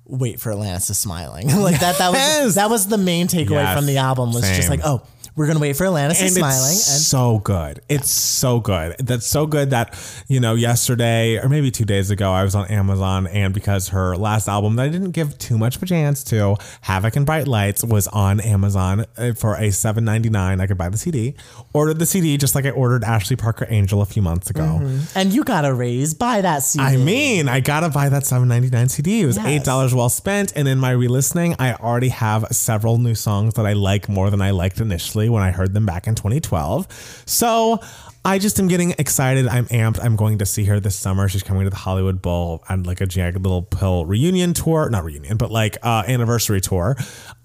[SPEAKER 1] wait for Alanis to smiling. like that that was
[SPEAKER 2] Yes.
[SPEAKER 1] that was the main takeaway
[SPEAKER 2] Yes.
[SPEAKER 1] from the album was just
[SPEAKER 2] Same.
[SPEAKER 1] like, oh, we're gonna wait for Alanis to
[SPEAKER 2] and
[SPEAKER 1] smiling.
[SPEAKER 2] It's
[SPEAKER 1] And
[SPEAKER 2] so good. It's so good. That's so good that, you know, yesterday or maybe two days ago, I was on Amazon and because her last album that I didn't give too much of a chance to, Havoc and Bright Lights, was on Amazon uh, for a seven ninety nine. I could buy the CD. Ordered the CD just like I ordered Ashley Parker Angel a few months ago.
[SPEAKER 1] and you got a raise by that CD.
[SPEAKER 2] I mean, I gotta buy that seven ninety nine CD. It was
[SPEAKER 1] Yes.
[SPEAKER 2] eight dollars well spent. And in my re-listening, I already have several new songs that I like more than I liked initially when I heard them back in twenty twelve. So I just am getting excited. I'm amped. I'm going to see her this summer. She's coming to the Hollywood Bowl on like a Jagged Little Pill reunion tour, not reunion, but like uh, anniversary tour.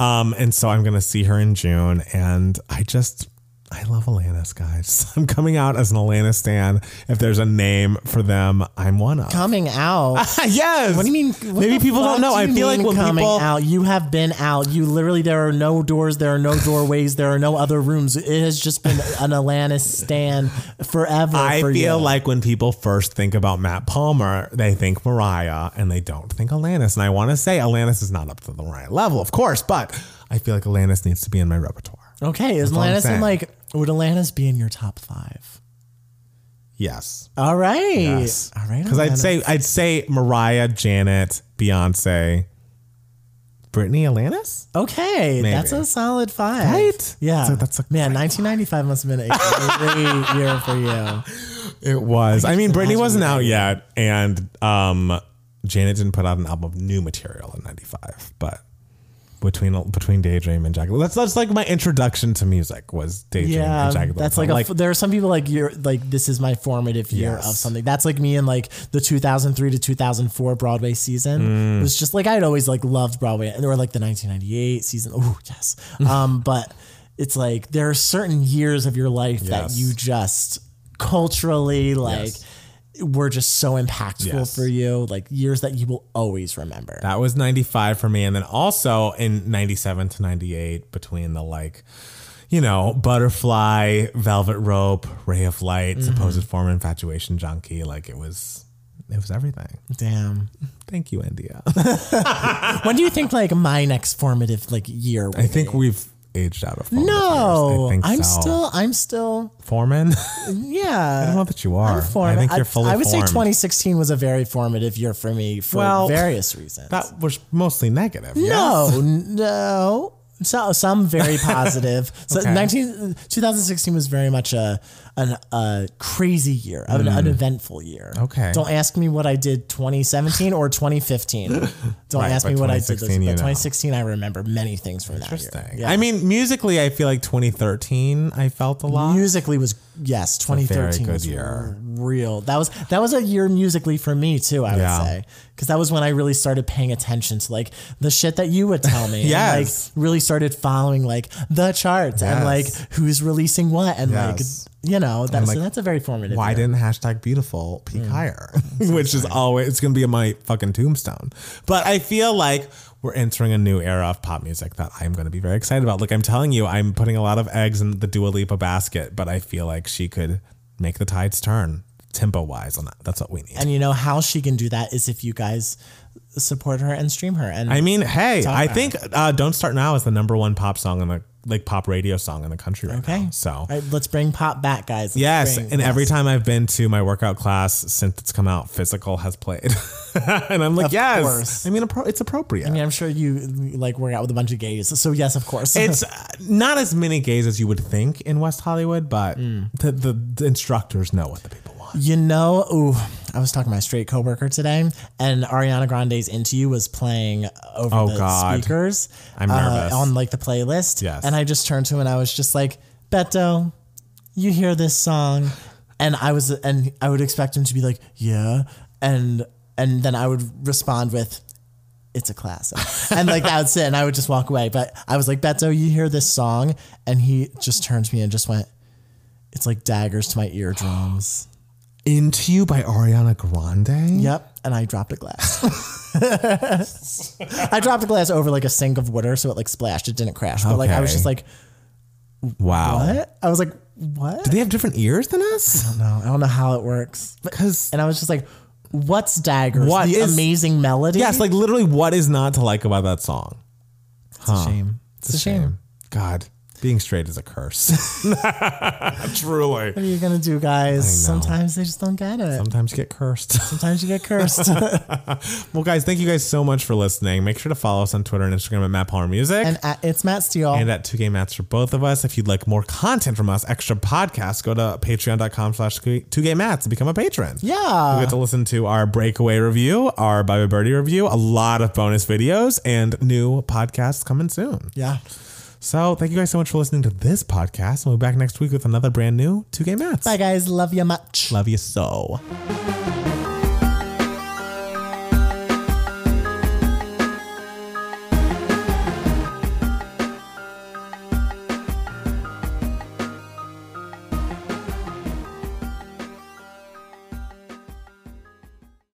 [SPEAKER 2] Um, and so I'm gonna see her in June. And I just I love Alanis, guys. I'm coming out as an Alanis stan. If there's a name for them, I'm one of.
[SPEAKER 1] coming out.
[SPEAKER 2] yes.
[SPEAKER 1] What do you mean? what
[SPEAKER 2] Maybe
[SPEAKER 1] the
[SPEAKER 2] people
[SPEAKER 1] fuck
[SPEAKER 2] don't know.
[SPEAKER 1] do
[SPEAKER 2] I
[SPEAKER 1] you
[SPEAKER 2] feel like
[SPEAKER 1] mean
[SPEAKER 2] when
[SPEAKER 1] coming
[SPEAKER 2] people
[SPEAKER 1] out, you have been out. You literally, there are no doors, there are no doorways, there are no other rooms. It has just been an Alanis stand forever.
[SPEAKER 2] I
[SPEAKER 1] for
[SPEAKER 2] feel
[SPEAKER 1] you.
[SPEAKER 2] like when people first think about Matt Palmer, they think Mariah and they don't think Alanis. And I want to say Alanis is not up to the Mariah level, of course, but I feel like Alanis needs to be in my repertoire.
[SPEAKER 1] Okay, is
[SPEAKER 2] what I'm
[SPEAKER 1] Alanis in
[SPEAKER 2] saying.
[SPEAKER 1] like would Alanis be in your top five?
[SPEAKER 2] Yes.
[SPEAKER 1] All right,
[SPEAKER 2] Yes.
[SPEAKER 1] all right.
[SPEAKER 2] Because I'd
[SPEAKER 1] Alanis.
[SPEAKER 2] say I'd say Mariah, Janet, Beyonce, Brittany, Alanis?
[SPEAKER 1] okay,
[SPEAKER 2] Maybe.
[SPEAKER 1] that's a solid five,
[SPEAKER 2] Right?
[SPEAKER 1] Yeah,
[SPEAKER 2] So that's a
[SPEAKER 1] man. Nineteen ninety five must have been a great year for you.
[SPEAKER 2] It was. I mean, Britney wasn't out yet, and um, Janet didn't put out an album of new material in '95. But between between Daydream and Jagged, that's that's like my introduction to music was Daydream
[SPEAKER 1] Yeah,
[SPEAKER 2] and Jagged.
[SPEAKER 1] that's
[SPEAKER 2] Little
[SPEAKER 1] like,
[SPEAKER 2] Pill.
[SPEAKER 1] a, there are some people like you're like this is my formative year
[SPEAKER 2] Yes.
[SPEAKER 1] of something. That's like me in like the two thousand three to two thousand four Broadway season. It was just like I'd always like loved Broadway, and or like the nineteen ninety eight season. Oh yes, um, but it's like there are certain years of your life that
[SPEAKER 2] Yes.
[SPEAKER 1] you just culturally like were just so impactful
[SPEAKER 2] Yes.
[SPEAKER 1] for you, like years that you will always remember.
[SPEAKER 2] That was 95 for me. And then also in 97 to 98, between the like, you know, butterfly, velvet rope, ray of light,
[SPEAKER 1] Mm-hmm.
[SPEAKER 2] supposed form of infatuation junkie, like it was, it was everything.
[SPEAKER 1] Damn.
[SPEAKER 2] Thank you, India.
[SPEAKER 1] when do you think like my next formative like year?
[SPEAKER 2] I think we've
[SPEAKER 3] aged out of phone.
[SPEAKER 1] No,
[SPEAKER 3] I think
[SPEAKER 1] I'm
[SPEAKER 3] so.
[SPEAKER 1] still, I'm still,
[SPEAKER 2] foreman.
[SPEAKER 1] yeah.
[SPEAKER 3] I don't know that you are.
[SPEAKER 1] I'm formative.
[SPEAKER 2] I think you're fully
[SPEAKER 1] I would say
[SPEAKER 2] formed.
[SPEAKER 1] 2016 was a very formative year for me for
[SPEAKER 2] Well,
[SPEAKER 1] various reasons.
[SPEAKER 2] That
[SPEAKER 3] was mostly negative.
[SPEAKER 1] no, no. So, some very positive. So
[SPEAKER 3] Okay.
[SPEAKER 1] 19, 2016 was very much a, an, a crazy year, an uneventful year.
[SPEAKER 3] Mm. Okay.
[SPEAKER 1] Don't ask me what I did 2017 or 2015. Don't
[SPEAKER 3] Right,
[SPEAKER 1] ask
[SPEAKER 3] but
[SPEAKER 1] me what I did. This,
[SPEAKER 3] 2016, you
[SPEAKER 1] but
[SPEAKER 3] know.
[SPEAKER 1] 2016, I remember many things from that year.
[SPEAKER 3] Interesting.
[SPEAKER 1] Yeah.
[SPEAKER 2] I mean, musically, I feel like 2013. I felt a lot.
[SPEAKER 1] musically was yes 2013
[SPEAKER 3] good
[SPEAKER 1] was
[SPEAKER 3] year.
[SPEAKER 1] real that was that was a year musically for me too i
[SPEAKER 2] Yeah.
[SPEAKER 1] would say because that was when i really started paying attention to like the shit that you would tell me and,
[SPEAKER 2] Yes.
[SPEAKER 1] like really started following like the charts
[SPEAKER 3] Yes.
[SPEAKER 1] and like who's releasing what and
[SPEAKER 3] Yes.
[SPEAKER 1] like you know that's
[SPEAKER 2] like,
[SPEAKER 1] that's a very formative
[SPEAKER 3] Why
[SPEAKER 1] year.
[SPEAKER 3] didn't hashtag beautiful
[SPEAKER 1] Mm.
[SPEAKER 3] peak higher?
[SPEAKER 2] which is always it's gonna be on my fucking tombstone. But I feel like we're entering a new era of pop music that I'm gonna be very excited about. Like I'm telling you, I'm putting a lot of eggs in the Dua Lipa basket, but I feel like she could make the tides turn tempo wise on that. That's what we need.
[SPEAKER 1] and you know how she can do that is if you guys support her and stream her and
[SPEAKER 2] I mean, hey, I
[SPEAKER 1] about
[SPEAKER 2] think uh, "Don't Start Now" is the number one pop song in the like pop radio song in the country right
[SPEAKER 1] okay
[SPEAKER 2] now. So
[SPEAKER 1] All right, let's bring pop back guys Let's
[SPEAKER 2] Yes,
[SPEAKER 1] bring-
[SPEAKER 2] and every time I've been to my workout class since it's come out, physical has played, and I'm like,
[SPEAKER 1] Of
[SPEAKER 2] yes.
[SPEAKER 1] course.
[SPEAKER 2] I mean, appro- it's appropriate.
[SPEAKER 1] I mean, I'm sure you like work out with a bunch of gays, so yes, of course.
[SPEAKER 2] it's uh, not as many gays as you would think in West Hollywood, but
[SPEAKER 1] Mm.
[SPEAKER 2] the, the the instructors know what the people want.
[SPEAKER 1] You know, ooh, I was talking to my straight coworker today, and Ariana Grande's "Into You" was playing over
[SPEAKER 2] Oh,
[SPEAKER 1] the
[SPEAKER 2] God.
[SPEAKER 1] speakers. uh,
[SPEAKER 2] I'm nervous.
[SPEAKER 1] on like the playlist.
[SPEAKER 2] Yes.
[SPEAKER 1] and I just turned to him and I was just like, "Beto, you hear this song?" And I was, and I would expect him to be like, "Yeah," and and then I would respond with. It's a classic. And like that's it. And I would just walk away. But I was like, Beto, you hear this song? And he just turned to me and just went, It's like daggers to my eardrums.
[SPEAKER 2] Into You by Ariana Grande.
[SPEAKER 1] Yep. And I dropped a glass. I dropped a glass over like a sink of water, so it like splashed. It didn't crash. But like I was
[SPEAKER 2] Okay.
[SPEAKER 1] just like,
[SPEAKER 2] Wow.
[SPEAKER 1] what? I was like, what?
[SPEAKER 2] Do they have different ears than us?
[SPEAKER 1] No, I don't know how it works. But-
[SPEAKER 2] Because
[SPEAKER 1] And I was just like, what's daggers?
[SPEAKER 2] What
[SPEAKER 1] the
[SPEAKER 2] is-
[SPEAKER 1] amazing melody?
[SPEAKER 2] yes, like literally, what is not to like about that song?
[SPEAKER 1] it's a shame. It's, a shame.
[SPEAKER 2] God, being straight is a curse. Truly.
[SPEAKER 1] What are you gonna do, guys? Sometimes they just don't get it.
[SPEAKER 2] Sometimes you get cursed.
[SPEAKER 1] Sometimes you get cursed.
[SPEAKER 2] well, guys, thank you guys so much for listening. Make sure to follow us on Twitter and Instagram at Matt Palmer Music.
[SPEAKER 1] and at, it's Matt Steele.
[SPEAKER 2] and at 2K Mats for both of us. If you'd like more content from us, extra podcasts, go to patreon.com slash 2K Mats and become a patron.
[SPEAKER 1] Yeah.
[SPEAKER 2] You get to listen to our breakaway review, our Bobby Birdie review, a lot of bonus videos, and new podcasts coming soon.
[SPEAKER 1] yeah.
[SPEAKER 2] So thank you guys so much for listening to this podcast. We'll be back next week with another brand new 2K Mats.
[SPEAKER 1] Bye, guys. Love you much.
[SPEAKER 2] Love you so.